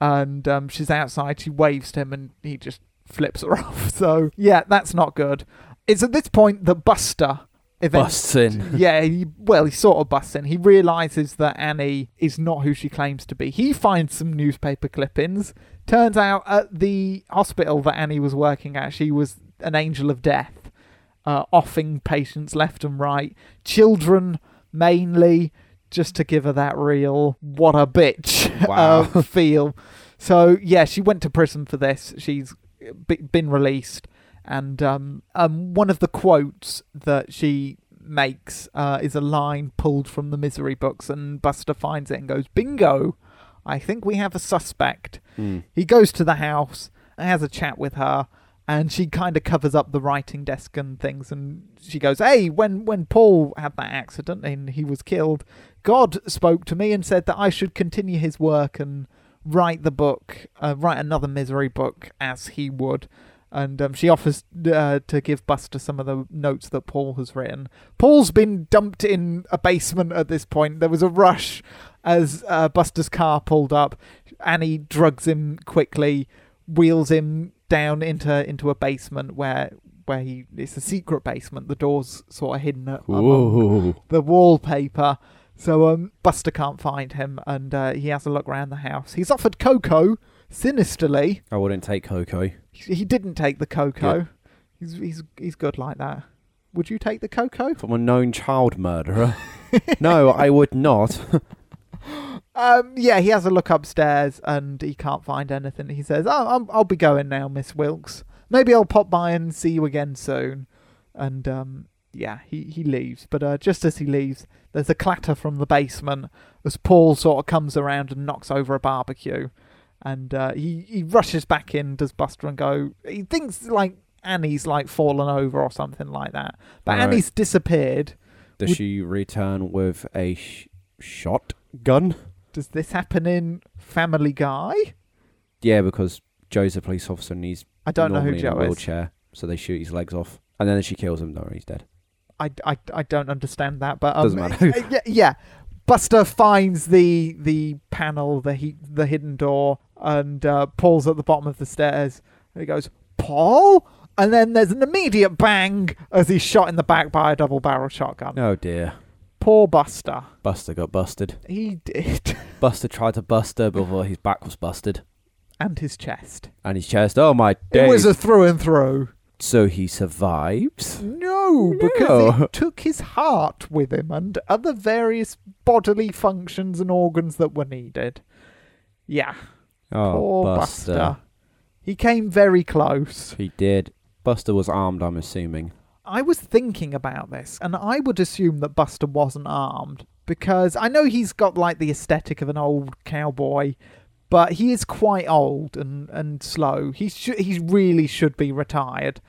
and um, she's outside. She waves to him, and he just flips her off. So yeah, that's not good. It's at this point that Buster eventually
Busts in.
yeah, he, well, he sort of busts in. He realizes that Annie is not who she claims to be. He finds some newspaper clippings. Turns out at the hospital that Annie was working at, she was an angel of death, uh, offing patients left and right, children mainly, just to give her that real what a bitch
Wow.
uh, feel. So yeah, she went to prison for this. She's uh, b- been released, and um, um, one of the quotes that she makes uh, is a line pulled from the misery books, and Buster finds it and goes, "Bingo! I think we have a suspect."
Hmm.
He goes to the house, and has a chat with her, and she kind of covers up the writing desk and things. And she goes, "Hey, when when Paul had that accident and he was killed, God spoke to me and said that I should continue his work and write the book, uh, write another misery book as he would." And um, she offers uh, to give Buster some of the notes that Paul has written. Paul's been dumped in a basement at this point. There was a rush as uh, Buster's car pulled up. Annie drugs him quickly, wheels him down into into a basement where where he it's a secret basement. The door's sort of hidden a- among
Whoa.
the wallpaper. So um, Buster can't find him, and uh, he has a look round the house. He's offered cocoa sinisterly.
I wouldn't take Coco.
He he didn't take the cocoa.
Yeah.
He's he's he's good like that. Would you take the cocoa?
From a known child murderer. no, I would not.
Um, yeah, he has a look upstairs and he can't find anything. He says, "Oh, I'm, I'll be going now, Miss Wilkes. Maybe I'll pop by and see you again soon." And um, yeah, he he leaves. But uh, just as he leaves, there's a clatter from the basement as Paul sort of comes around and knocks over a barbecue. And uh, he he rushes back in, does Buster, and go. He thinks like Annie's like fallen over or something like that, but
Right.
Annie's disappeared.
Does
Would-
she return with a sh- shotgun?
Does this happen in Family Guy?
Yeah, because Joe's a police officer and he's
I don't know
normally
who
in a
Joe is.
wheelchair, so they shoot his legs off, and then she kills him. No, he's dead.
I, I, I don't understand that, but um,
Doesn't matter.
uh, yeah, yeah, Buster finds the the panel, the he, the hidden door, and uh, Paul's at the bottom of the stairs. And he goes, Paul, and then there's an immediate bang as he's shot in the back by a double barrel shotgun.
Oh dear,
Poor Buster,
Buster got busted.
he did,
Buster tried to bust her before his back was busted
and his chest.
and his chest. Oh my
It was
days!
a through and through.
so he survives.
No, because
No.
it took his heart with him and other various bodily functions and organs that were needed. Yeah,
Oh,
poor Buster. He came very close.
He did. Buster was armed, I'm assuming.
I was thinking about this, and I would assume that Buster wasn't armed because I know he's got like the aesthetic of an old cowboy, but he is quite old and and slow. He should he really should be retired.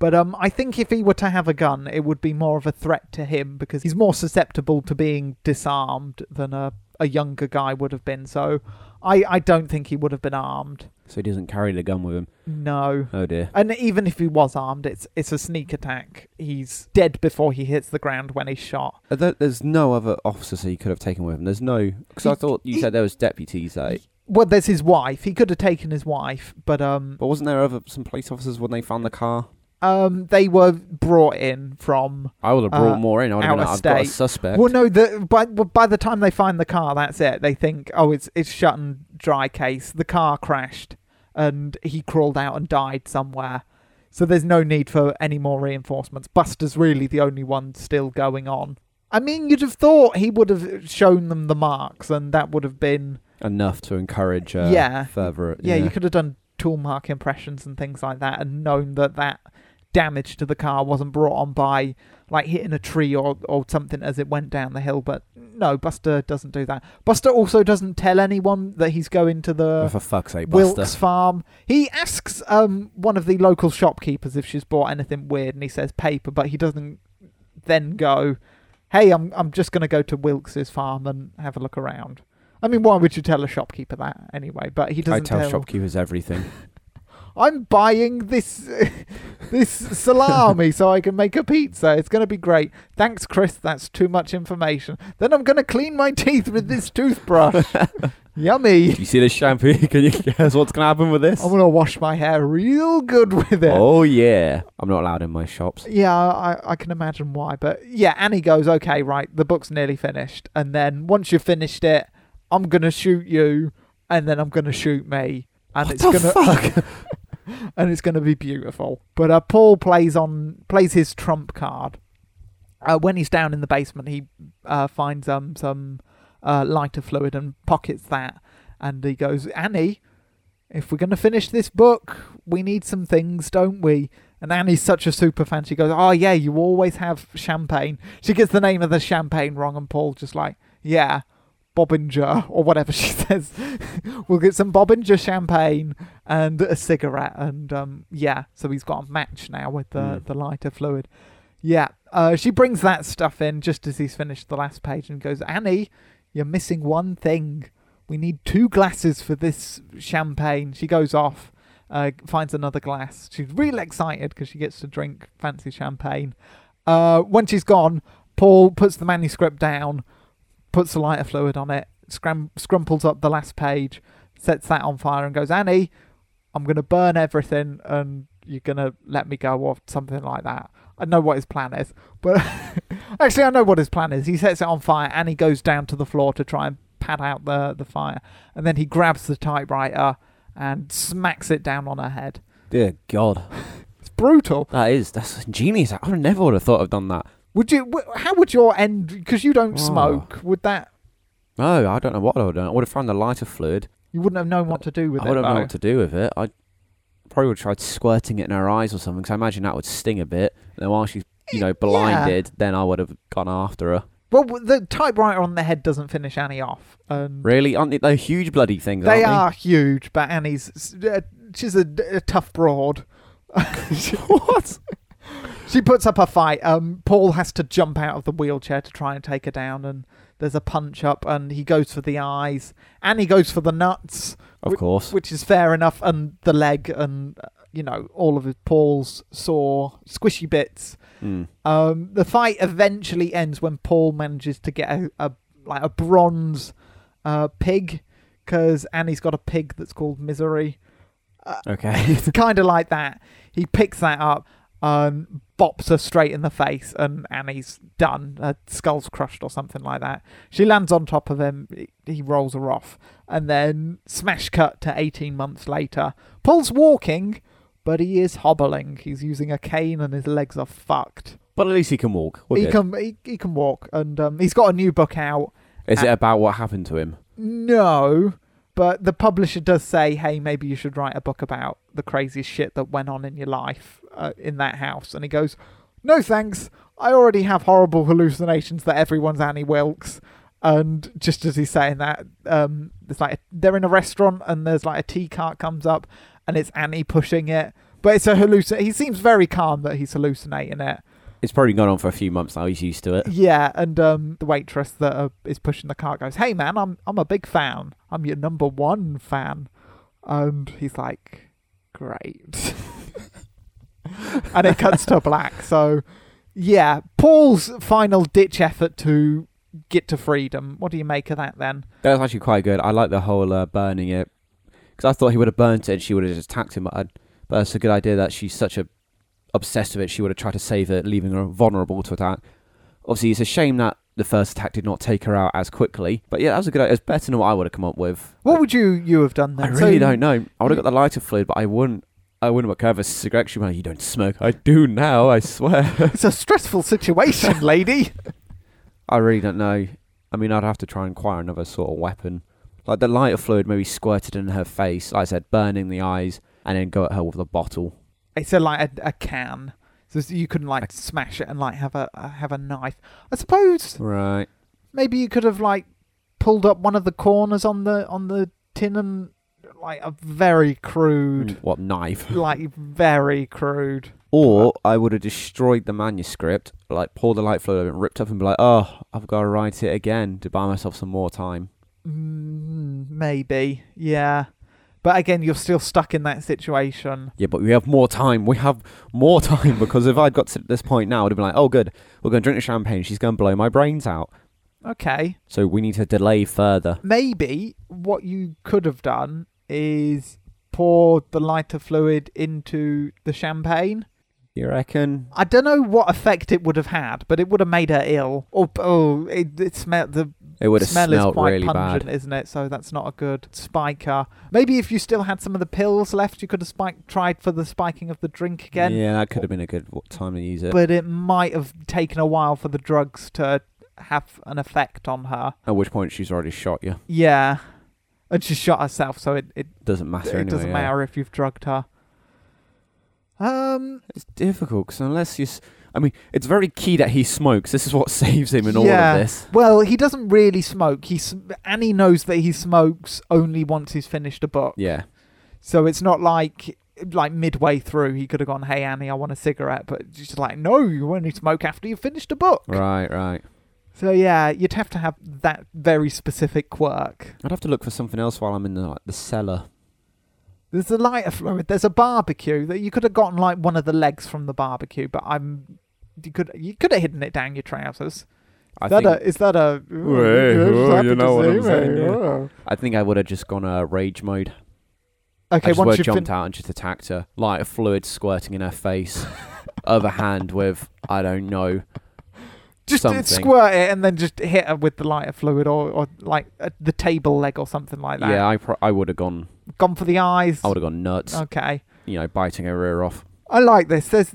But um, I think if he were to have a gun, it would be more of a threat to him because he's more susceptible to being disarmed than a, a younger guy would have been. So I, I don't think he would have been armed.
So he doesn't carry the gun with him.
No.
Oh dear.
And even if he was armed, it's it's a sneak attack. He's dead before he hits the ground when he's shot.
Uh, there- There's no other officers he could have taken with him. There's no because I
He-
thought you
he-
said there was deputies that
Well, there's his wife. He could have taken his wife, but um,
But wasn't there other some police officers when they found the car?
um, they were brought in from.
I would have brought
Uh,
more in. I would have
out
been
of
like, I've got a
state.
suspect.
Well, no, the, by by the time they find the car, that's it. They think, oh, it's it's shut and dry case. The car crashed, and he crawled out and died somewhere. So there's no need for any more reinforcements. Buster's really the only one still going on. I mean, you'd have thought he would have shown them the marks, and that would have been
Enough to encourage uh,
Yeah.
further.
yeah, you could have done tool mark impressions and things like that and known that that damage to the car wasn't brought on by like hitting a tree or, or something as it went down the hill but no buster doesn't do that buster also doesn't tell anyone that he's going to
Oh,
the
for fuck's sake, Buster.
uh, wilkes farm he asks um one of the local shopkeepers if she's bought anything weird and he says paper but he doesn't then go hey i'm, I'm just going to go to wilkes's farm and have a look around i mean why would you tell a shopkeeper that anyway but he
I
doesn't
tell shopkeepers everything.
I'm buying this this salami so I can make a pizza. It's going to be great. Thanks, Chris. That's too much information. Then I'm going to clean my teeth with this toothbrush. Yummy.
Do you see this shampoo? Can you guess what's going to happen with this?
I'm going to wash my hair real good with it.
Oh yeah, I'm not allowed in my shops.
Yeah, I, I can imagine why. But yeah, Annie goes, okay, right, the book's nearly finished. And then once you've finished it, I'm going to shoot you and then I'm going to shoot me. And it's going to
fuck?
and it's going to be beautiful. But uh, Paul plays on plays his trump card. Uh, when he's down in the basement, he uh, finds um some uh, lighter fluid and pockets that, and he goes, Annie, if we're going to finish this book, we need some things, don't we? And Annie's such a super fan. She goes, Oh yeah, you always have champagne. She gets the name of the champagne wrong, and Paul just like, Yeah. Bobinger or whatever she says. we'll get some Bobinger champagne and a cigarette and um yeah so he's got a match now with the
Mm.
the lighter fluid yeah uh she brings that stuff in just as he's finished the last page and goes annie you're missing one thing we need two glasses for this champagne she goes off uh finds another glass she's real excited because she gets to drink fancy champagne uh when she's gone paul puts the manuscript down puts the lighter fluid on it scram- scrumples up the last page sets that on fire and goes annie I'm going to burn everything and you're going to let me go or something like that. I know what his plan is, but actually, I know what his plan is. He sets it on fire and he goes down to the floor to try and pad out the, the fire. And then he grabs the typewriter and smacks it down on her head.
Dear God,
It's brutal.
that is that's ingenious. I would never would have thought I've done that.
Would you? wh- How would your end? Because you don't
Oh.
smoke. Would that?
No, I don't know what I would have done. I would have found the lighter fluid.
You wouldn't have known what to do with
I
it.
wouldn't know
though.
what to do with it. I probably would have tried squirting it in her eyes or something. Because I imagine that would sting a bit. And then while she's you know blinded, then I would have gone after her.
Well, the typewriter on the head doesn't finish Annie off. And
Really? Aren't they, they're huge bloody things?
They
aren't
are huge, but Annie's uh, she's a, a tough broad. what? She puts up a fight. Um, Paul has to jump out of the wheelchair to try and take her down, and there's a punch up, and he goes for the eyes. Annie goes for the nuts,
Of course.
which is fair enough, and the leg, and uh, you know all of his Paul's sore, squishy bits.
Mm.
Um, the fight eventually ends when Paul manages to get a, a like a bronze uh, pig because Annie's got a pig that's called Misery.
Okay.
It's kind of like that. He picks that up, um, bops her straight in the face, and Annie's done. Her skull's crushed or something like that. She lands on top of him. He- He rolls her off, and then smash cut to 18 months later. Paul's walking, but he is hobbling. He's using a cane, and his legs are fucked
but at least he can walk. We're
he
good.
can he, he can walk and um, he's got a new book out
Is it about what happened to him?
no but the publisher does say hey maybe you should write a book about the craziest shit that went on in your life uh, in that house and he goes no thanks i already have horrible hallucinations that everyone's annie wilkes and just as he's saying that um it's like they're in a restaurant and there's like a tea cart comes up and it's annie pushing it but it's a hallucin he seems very calm that he's hallucinating it
It's probably gone on for a few months now. He's used to it.
Yeah, and um, the waitress that uh, is pushing the cart goes, "Hey man, I'm I'm a big fan. I'm your number one fan," and he's like, "Great." and it cuts to black. So, yeah, Paul's final ditch effort to get to freedom. What do you make of that then?
That was actually quite good. I like the whole uh, burning it uh, because I thought he would have burnt it and she would have just attacked him. But, I'd, but that's a good idea that she's such a obsessed with it, she would have tried to save her, leaving her vulnerable to attack. Obviously, it's a shame that the first attack did not take her out as quickly. But yeah, that was a good. It's better than what I would have come up with.
What would you you have done then?
I really
So-
don't know. I would have got the lighter fluid, but I wouldn't. I wouldn't have covered cigarette. She went, "You don't smoke." I do now. I swear.
It's a stressful situation, lady.
I really don't know. I mean, I'd have to try and acquire another sort of weapon. Like the lighter fluid maybe squirted in her face, like I said, burning the eyes, and then go at her with a bottle.
It's a like a, a can, so it's- you couldn't like smash it and like have a uh, have a knife. I suppose
Right.
maybe you could have like pulled up one of the corners on the on the tin and like a very crude,
Mm, What knife?
like very crude.
Or I would have destroyed the manuscript, like poured the light fluid over it, ripped up, and be like, "Oh, I've got to write it again to buy myself some more time."
Mm, maybe, yeah. But again, you're still stuck in that situation.
Yeah, but we have more time. We have more time because if I'd got to this point now, I'd have been like, "Oh, good, we're going to drink the champagne. She's going to blow my brains out."
Okay.
So we need to delay further.
Maybe what you could have done is pour the lighter fluid into the champagne.
You reckon?
I don't know what effect it would have had, but it would have made her ill. Or oh, it, it smelled the
It would have
smell is
smelled
quite
really bad.
pungent, isn't it? So that's not a good spiker. Maybe if you still had some of the pills left, you could have spiked, tried for the spiking of the drink again.
Yeah, that could have been a good w- time to use it.
But it might have taken a while for the drugs to have an effect on her.
At which point she's already shot you.
Yeah. And she shot herself, so it, it,
Doesn't
it
matter anyway.
doesn't
yeah.
matter if you've drugged her. Um,
It's difficult because unless you, s- I mean, it's very key that he smokes. This is what saves him in all
Yeah.
of this.
well, he doesn't really smoke. He sm- Annie knows that he smokes only once he's finished a book.
Yeah,
So it's not like like midway through he could have gone, "Hey Annie, I want a cigarette," but she's like, "No, you only smoke after you've finished a book."
right, right.
So yeah, you'd have to have that very specific quirk.
I'd have to look for something else while I'm in the like, the cellar.
There's a lighter fluid. There's a barbecue that you could have gotten like one of the legs from the barbecue, but I'm you could you could have hidden it down your trousers.
I
Is that uh,
think
a is that a?
Well,
Yes,
oh,
happy
you
to
know what
see
I'm
me.
saying, yeah.
Oh.
I think I would have just gone uh, rage mode.
Okay,
I just
once
would
you've
have
been,
jumped out and just attacked her, like a fluid squirting in her face, other hand with I don't know.
just uh,
something.
squirt it and then just hit her with the lighter fluid or, or like uh, the table leg or something like that.
Yeah, I pro- I would have gone.
gone for the eyes.
I would have gone nuts.
Okay,
You know, biting her ear off.
I like this. There's,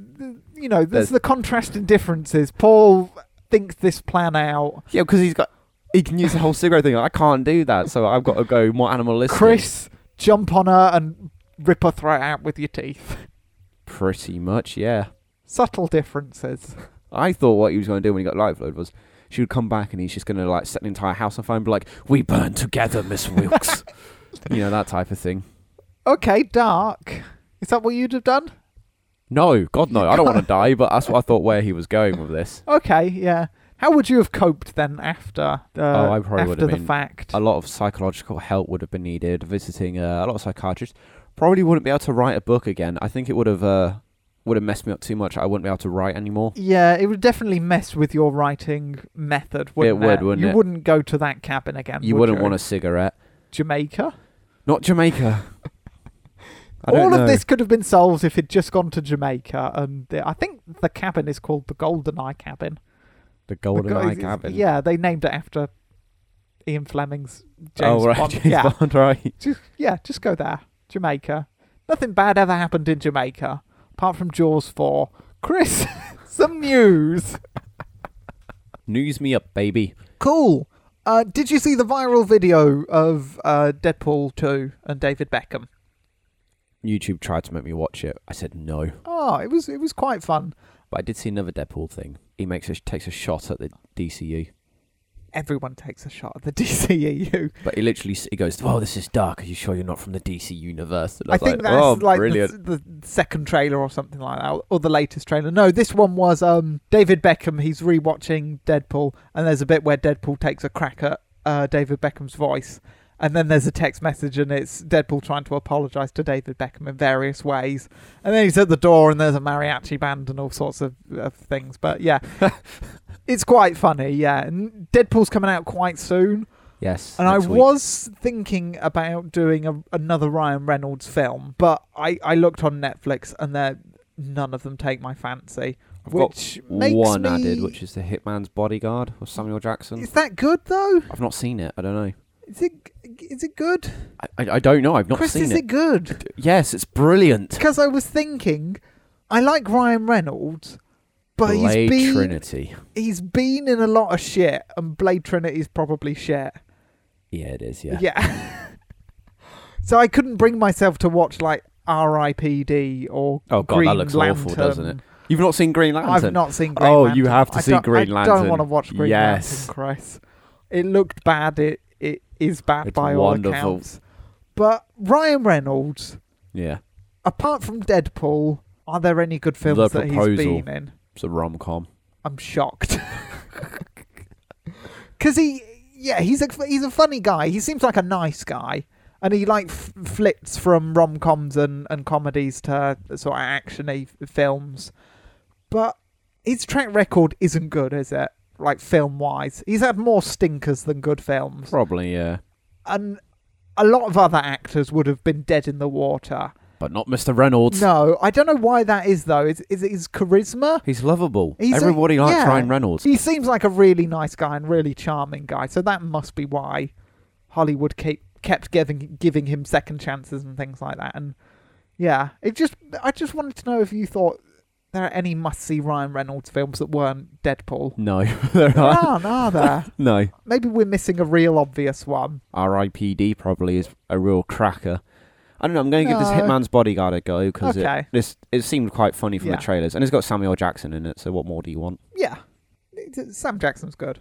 you know, there's,
There's-
the contrast and differences. Paul thinks this plan out.
Yeah, because he's got. He can use the whole cigarette thing. I can't do that, so I've got to go more animalistic.
Chris, jump on her and rip her throat out with your teeth.
Pretty much, yeah.
Subtle differences.
I thought what he was going to do when he got light fluid was she would come back and he's just going to like set the entire house on fire and be like, "We burn together, Miss Wilkes," you know that type of thing.
Okay, dark. Is that what you'd have done?
No, God no, I don't want to die, but that's what I thought where he was going with this.
Okay, yeah. How would you have coped then after? Uh,
Oh, I probably would
after
have
the
been-
fact.
A lot of psychological help would have been needed. Visiting uh, a lot of psychiatrists probably wouldn't be able to write a book again. I think it would have uh, would have messed me up too much. I wouldn't be able to write anymore.
Yeah, it would definitely mess with your writing method, wouldn't it?
would, wouldn't
you
it?
wouldn't go to that cabin again.
You
would
wouldn't
you?
want a cigarette.
Jamaica.
Not Jamaica. I don't
All
know.
of this could have been solved if he'd just gone to Jamaica, and the, I think the cabin is called the Golden Eye Cabin. The
The Golden
guy-
Eye
it's-
Cabin.
Yeah, they named it after Ian Fleming's James
oh right,
Bond.
James
yeah,
Bond, right.
Just, yeah, just go there, Jamaica. Nothing bad ever happened in Jamaica, apart from Jaws four. Chris, some news.
News me up, baby.
Cool. Uh, did you see the viral video of uh, Deadpool two and David Beckham?
YouTube tried to make me watch it. I said no,
Oh, it was it was quite fun.
but I did see another Deadpool thing. He makes a, takes a shot at the DCU,
Everyone takes a shot at the E DCEU.
but he literally s- he goes, "Oh, this is dark. Are you sure you're not from the DC universe?" And
I think
like,
that's
"Oh,
like
brilliant."
the, the second trailer or something like that, or the latest trailer. No, this one was um, David Beckham. He's rewatching Deadpool, and there's a bit where Deadpool takes a crack at uh, David Beckham's voice, and then there's a text message, and it's Deadpool trying to apologise to David Beckham in various ways, and then he's at the door, and there's a mariachi band and all sorts of, of things. But yeah, it's quite funny. Yeah, and Deadpool's coming out quite soon.
yes,
And I
next week.
was thinking about doing a, another Ryan Reynolds film, but I, I looked on Netflix and there none of them take my fancy.
I've got
which makes
One
me...
added, which is the Hitman's Bodyguard or Samuel Jackson.
is that good though?
I've not seen it. I don't know.
Is it is it good?
I, I, I don't know. I've not
Chris,
seen
is
it.
it good?
Yes, it's brilliant.
Because I was thinking, I like Ryan Reynolds, but
Blade
he's been
Trinity.
he's been in a lot of shit, and Blade Trinity's probably shit.
Yeah, it is. Yeah.
Yeah. so I couldn't bring myself to watch like R.I.P.D. or
Oh god,
Green
that looks
Lantern.
awful, doesn't it? You've not seen Green Lantern.
I've not seen Green
Oh,
Lantern.
you have to
I
see
don't-
Green
I don't
Lantern.
want to watch Green
Yes.
Lantern, Chris. It looked bad. It it is bad
It's
by
wonderful.
all accounts. But Ryan Reynolds,
Yeah,
apart from Deadpool, are there any good films
The
that he's
Proposal.
been in?
it's a rom com.
I'm shocked. Cuz he yeah, he's a he's a funny guy. He seems like a nice guy. And he like f- flits from rom-coms and, and comedies to sort of actiony f- films. But his track record isn't good, is it? Like film-wise. He's had more stinkers than good films.
Probably yeah,
And a lot of other actors would have been dead in the water.
but not Mr. Reynolds.
No, I don't know why that is though. Is is it his charisma?
He's lovable.
He's a-
Everybody likes
yeah.
Ryan Reynolds.
He seems like a really nice guy and really charming guy, so that must be why Hollywood kept kept giving giving him second chances and things like that. And yeah, it just I just wanted to know if you thought there are any must see Ryan Reynolds films that weren't Deadpool.
No, there
There aren't,
aren't.
are there?
No.
Maybe we're missing a real obvious one.
R.I.P.D. probably is a real cracker. I don't know. I'm going to give this
No.
Hitman's Bodyguard a go because
Okay.
it this it seemed quite funny from
Yeah.
the trailers, and it's got Samuel Jackson in it. So what more do you want?
Yeah, It's- Sam Jackson's good.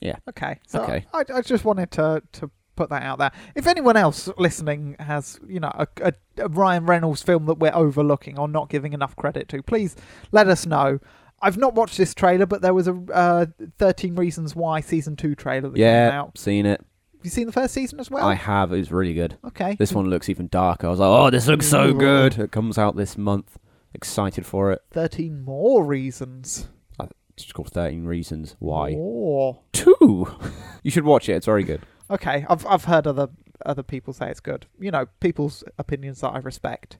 Yeah.
Okay. So
Okay.
I, I just wanted to to put that out there. If anyone else listening has you know a, a, a Ryan Reynolds film that we're overlooking or not giving enough credit to, please let us know. I've not watched this trailer, but there was a uh, Thirteen Reasons Why season two trailer that came
yeah,
out.
seen it.
Have you seen the first season as well?
I have. It was really good.
okay.
This one looks even darker. I was like, oh, this looks so
Ooh.
good. It comes out this month. Excited for it.
Thirteen more reasons.
It's called 13 Reasons Why.
More.
Two. you should watch it. It's very good.
Okay. I've I've heard other other people say it's good. You know, people's opinions that I respect.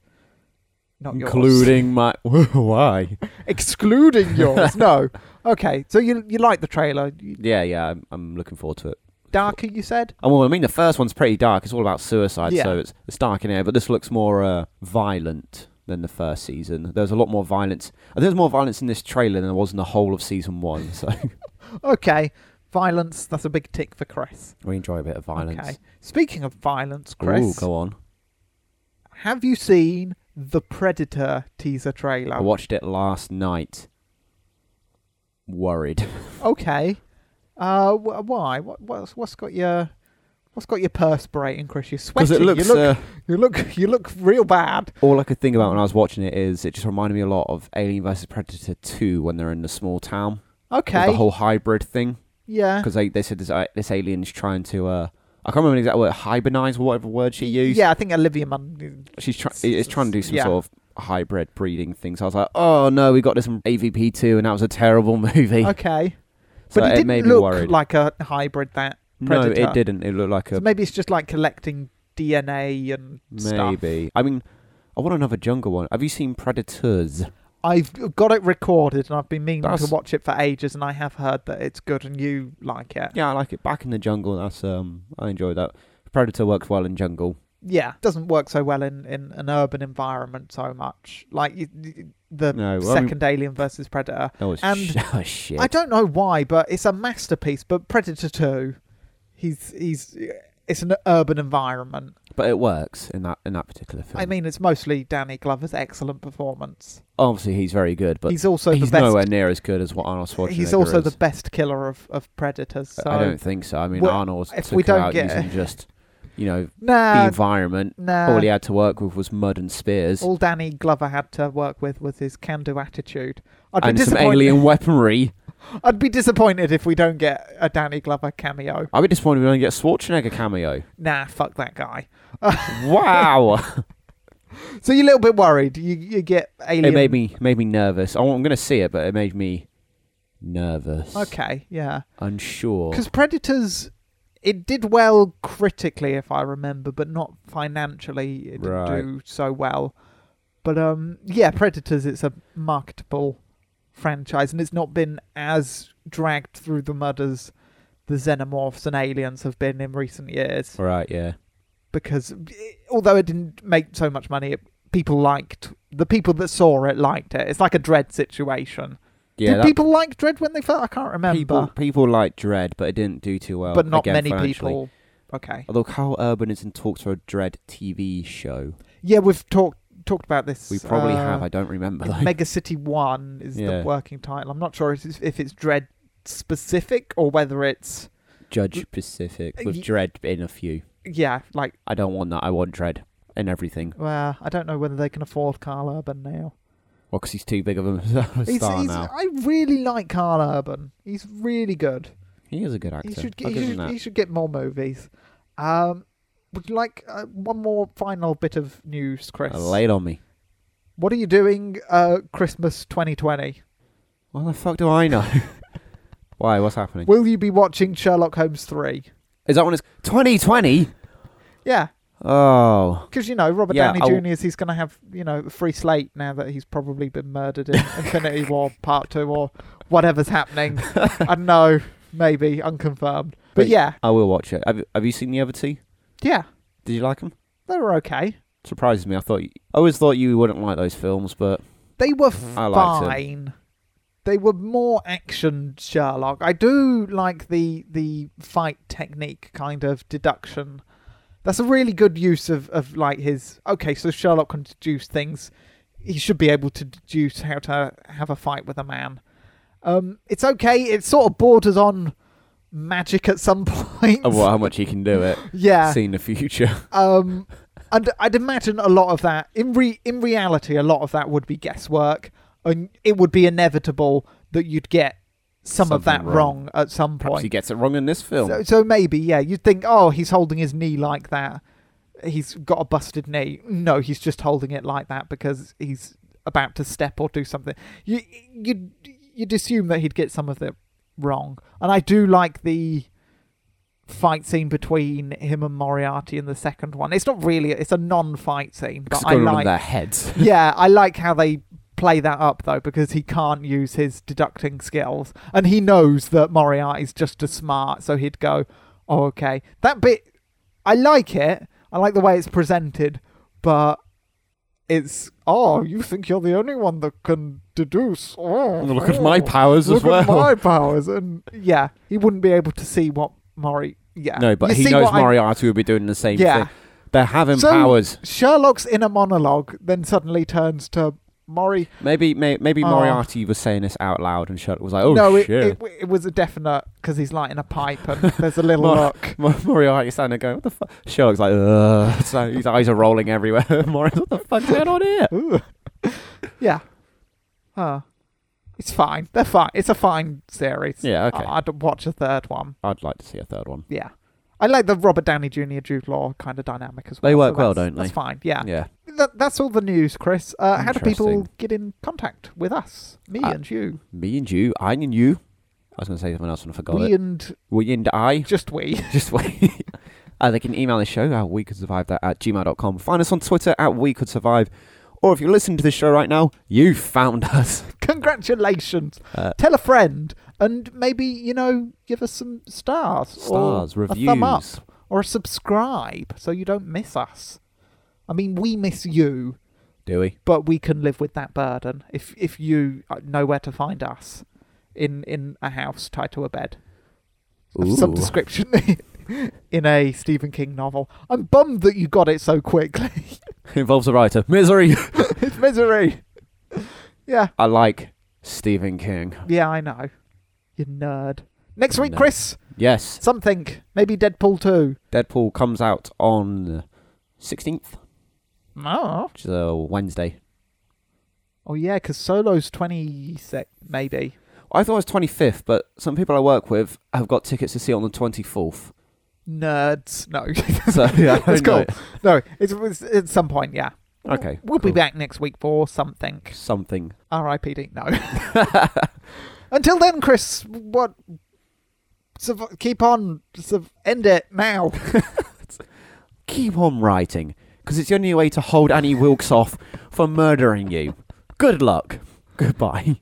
Not yours.
Including my. Why?
excluding yours. no. Okay. So you you like the trailer? You-
Yeah, yeah. I'm, I'm looking forward to it.
Darker, you said?
Oh, well, I mean, the first one's pretty dark. It's all about suicide,
Yeah.
so it's, it's dark in here. But this looks more uh, violent than the first season. There's a lot more violence. I think there's more violence in this trailer than there was in the whole of season one. So
Okay. Violence. That's a big tick for Chris.
we enjoy a bit of violence.
Okay. Speaking of violence,
Ooh,
Chris,
go on.
have you seen the Predator teaser trailer?
I watched it last night. Worried.
Okay. Uh, wh- why? What, what's what's got your what's got you perspirating, Chris? You're
Because
sweating.
it looks.
you look
uh,
you look you look real bad.
all I could think about when I was watching it is it just reminded me a lot of Alien vs Predator 2 when they're in the small town. With
Okay.
The whole hybrid thing.
yeah.
because they, they said this, uh, this alien's trying to uh, I can't remember the exact word hybridize or whatever word she used.
Yeah, I think Olivia Munn.
she's trying is trying to do some
Yeah.
sort of hybrid breeding thing. So I was like, oh no, we got this from AVP two, and that was a terrible movie.
Okay.
so
but it,
it
didn't
made me
look
worried.
like a hybrid that
no,
Predator.
it didn't. It looked like
So
a
maybe it's just like collecting DNA and stuff.
maybe. I mean, I want another jungle one. Have you seen Predators?
I've got it recorded and I've been meaning to
That's-
watch it for ages and I have heard that it's good and you like it.
Yeah, I like it. Back in the jungle. That's um, I enjoyed that. Predator works well in jungle.
Yeah, it doesn't work so well in, in an urban environment so much. Like you, you- the
No, I mean-
second Alien versus Predator.
That was
And
sh- oh, shit.
I don't know why, but it's a masterpiece. But Predator Two, he's he's it's an urban environment.
but it works in that in that particular film.
I mean, it's mostly Danny Glover's excellent performance.
obviously he's very good, but
he's also
he's
the best.
nowhere near as good as what Arnold Schwarzenegger
he's also
is.
the best killer of, of predators. So
I don't think so. I mean,
Well,
Arnold's
if
took
we
it
don't
out
get- Uh,
using just, you know, the
nah,
environment.
nah.
All he had to work with was mud and spears
All Danny Glover had to work with was his can-do attitude. I'd be
and some
disappointed.
alien weaponry.
I'd be disappointed if we don't get a Danny Glover cameo.
I would be disappointed if we don't get a Schwarzenegger cameo.
Nah, fuck that guy.
Wow,
So you're a little bit worried. You you get alien.
it made me made me nervous. I, am going to see it, but it made me nervous.
Okay, yeah.
unsure.
Because Predators, it did well critically, if I remember, but not financially. It didn't
Right.
do so well. But um, yeah, Predators. It's a marketable franchise, and it's not been as dragged through the mud as the Xenomorphs and Aliens have been in recent years.
Right, yeah.
Because it, although it didn't make so much money, it, people liked the people that saw it liked it. It's like a Dread situation.
Yeah,
Did
that-
people like Dread when they first? I can't remember.
people, people like Dread, but it didn't do too well.
but not
again,
many
financially.
people. Okay.
Although Carl Urban is in talks for a Dread TV show.
Yeah, we've talked talked about this.
We probably
uh,
have, I don't remember.
in
though.
Mega City One is
Yeah.
the working title. I'm not sure if it's, if it's Dread specific or whether it's
Judge Pacific
Uh,
with
y-
Dread in a few.
yeah, like
I don't want that. I want Dread in everything.
well, I don't know whether they can afford Carl Urban now.
Well, because he's too big of a star
He's, he's,
now.
I really like Carl Urban. He's really good.
He is a good actor.
He should
I'll
get, he
give him
should,
that.
he should get more movies. Um, would you like uh, one more final bit of news, Chris?
Uh, Lay it on me.
What are you doing uh, Christmas 2020?
What the fuck do I know? Why? What's happening?
Will you be watching Sherlock Holmes 3?
Is that when it's 2020?
Yeah,
Oh,
because you know Robert
Yeah,
Downey
I w-
Jr. is he's going to have you know a free slate now that he's probably been murdered in Infinity War Part Two or whatever's happening. I don't know, maybe unconfirmed, but
Wait.
yeah,
I will watch it. Have, have you seen the other two?
yeah,
Did you like them?
they were okay.
Surprises me. I thought you, I always thought you wouldn't like those films, but
They were
I liked 'em.
fine. They were more action Sherlock. I do like the the fight technique kind of deduction. That's a really good use of, of like his okay, so Sherlock can deduce things. He should be able to deduce how to have a fight with a man. Um, it's okay, it sort of borders on magic at some point.
oh, well, how much he can do it.
yeah.
Seeing the future.
Um, and I'd imagine a lot of that in re- in reality, a lot of that would be guesswork, and it would be inevitable that you'd get some of that
Something
wrong.
wrong.
at some
Perhaps he
point.
gets it wrong in this film.
So, so maybe, yeah, you'd think, oh, he's holding his knee like that. He's got a busted knee. No, he's just holding it like that because he's about to step or do something. You you'd you'd assume that he'd get some of it wrong, and I do like the fight scene between him and Moriarty in the second one. It's not really it's a non-fight scene, but
It's
I
going on in
like
their heads.
yeah, I like how they play that up though because he can't use his deducting skills and he knows that Moriarty's just as smart, so he'd go, "Oh, okay." That bit, I like it. I like the way it's presented, but it's oh, you think you're the only one that can deduce? Oh,
Look at my
oh,
powers
look
as well.
at my powers, and yeah, he wouldn't be able to see what Mori. Yeah,
No, but
You
he
see
knows
what I-
Moriarty will be doing the same
Yeah.
thing. They're having
So-
powers.
Sherlock's inner monologue then suddenly turns to Mori.
Maybe may, maybe
Oh.
Moriarty was saying this out loud and Sherlock was like, oh
no, it,
shit.
it, it was a definite because he's lighting a pipe and there's a little
Mor-
look.
Mor- Moriarty's standing there going, what the fuck? Sherlock's like, ugh. So his eyes are rolling everywhere. Moriarty, what the fuck's going on here?
Ooh. yeah. Huh. It's fine. They're fine. It's a fine series.
Yeah, okay.
I- I'd watch a third one.
I'd like to see a third one.
Yeah. I like the Robert Downey Jr. Jude Law kind of dynamic as well.
They work
so
well,
that's-
don't they?
That's fine. Yeah.
Yeah.
That, that's all the news, Chris. Uh, how do people
Interesting.
get in contact with us? Me
Uh,
and you.
Me and you, I and you. I was going to say something else and I forgot
we
it.
and
We and I.
just we.
Just wait. uh, they can email the show at we could survive that at gmail.com. Find us on Twitter at we could survive. Or if you're listening to this show right now, you found us.
Congratulations.
Uh,
tell a friend and maybe you know give us some stars
stars,
or
reviews.
a thumb up or a subscribe so you don't miss us i mean we miss you
Do we?
but we can live with that burden if if you uh, know where to find us in in a house tied to a bed of some
Ooh.
description in a stephen king novel i'm bummed that you got it so quickly
Involves a writer. Misery.
it's misery yeah
I like Stephen King.
yeah i know you nerd next week
Nerd.
chris
Yes.
something maybe deadpool 2
Deadpool comes out on 16th,
Oh.
which is a Wednesday.
Oh yeah, because Solo's twenty sec maybe.
I thought it was 25th, but some people I work with have got tickets to see it on the 24th.
Nerds. No.
So yeah, I
That's
don't
cool.
know.
no, it's, it's at some point, yeah.
Okay.
We'll
cool.
be back next week for something.
Something.
R.I.P.D. No. Until then, Chris, what? Surv- keep on. Surv- end it now.
Keep on writing. because it's the only way to hold Annie Wilkes off for murdering you. Good luck. Goodbye.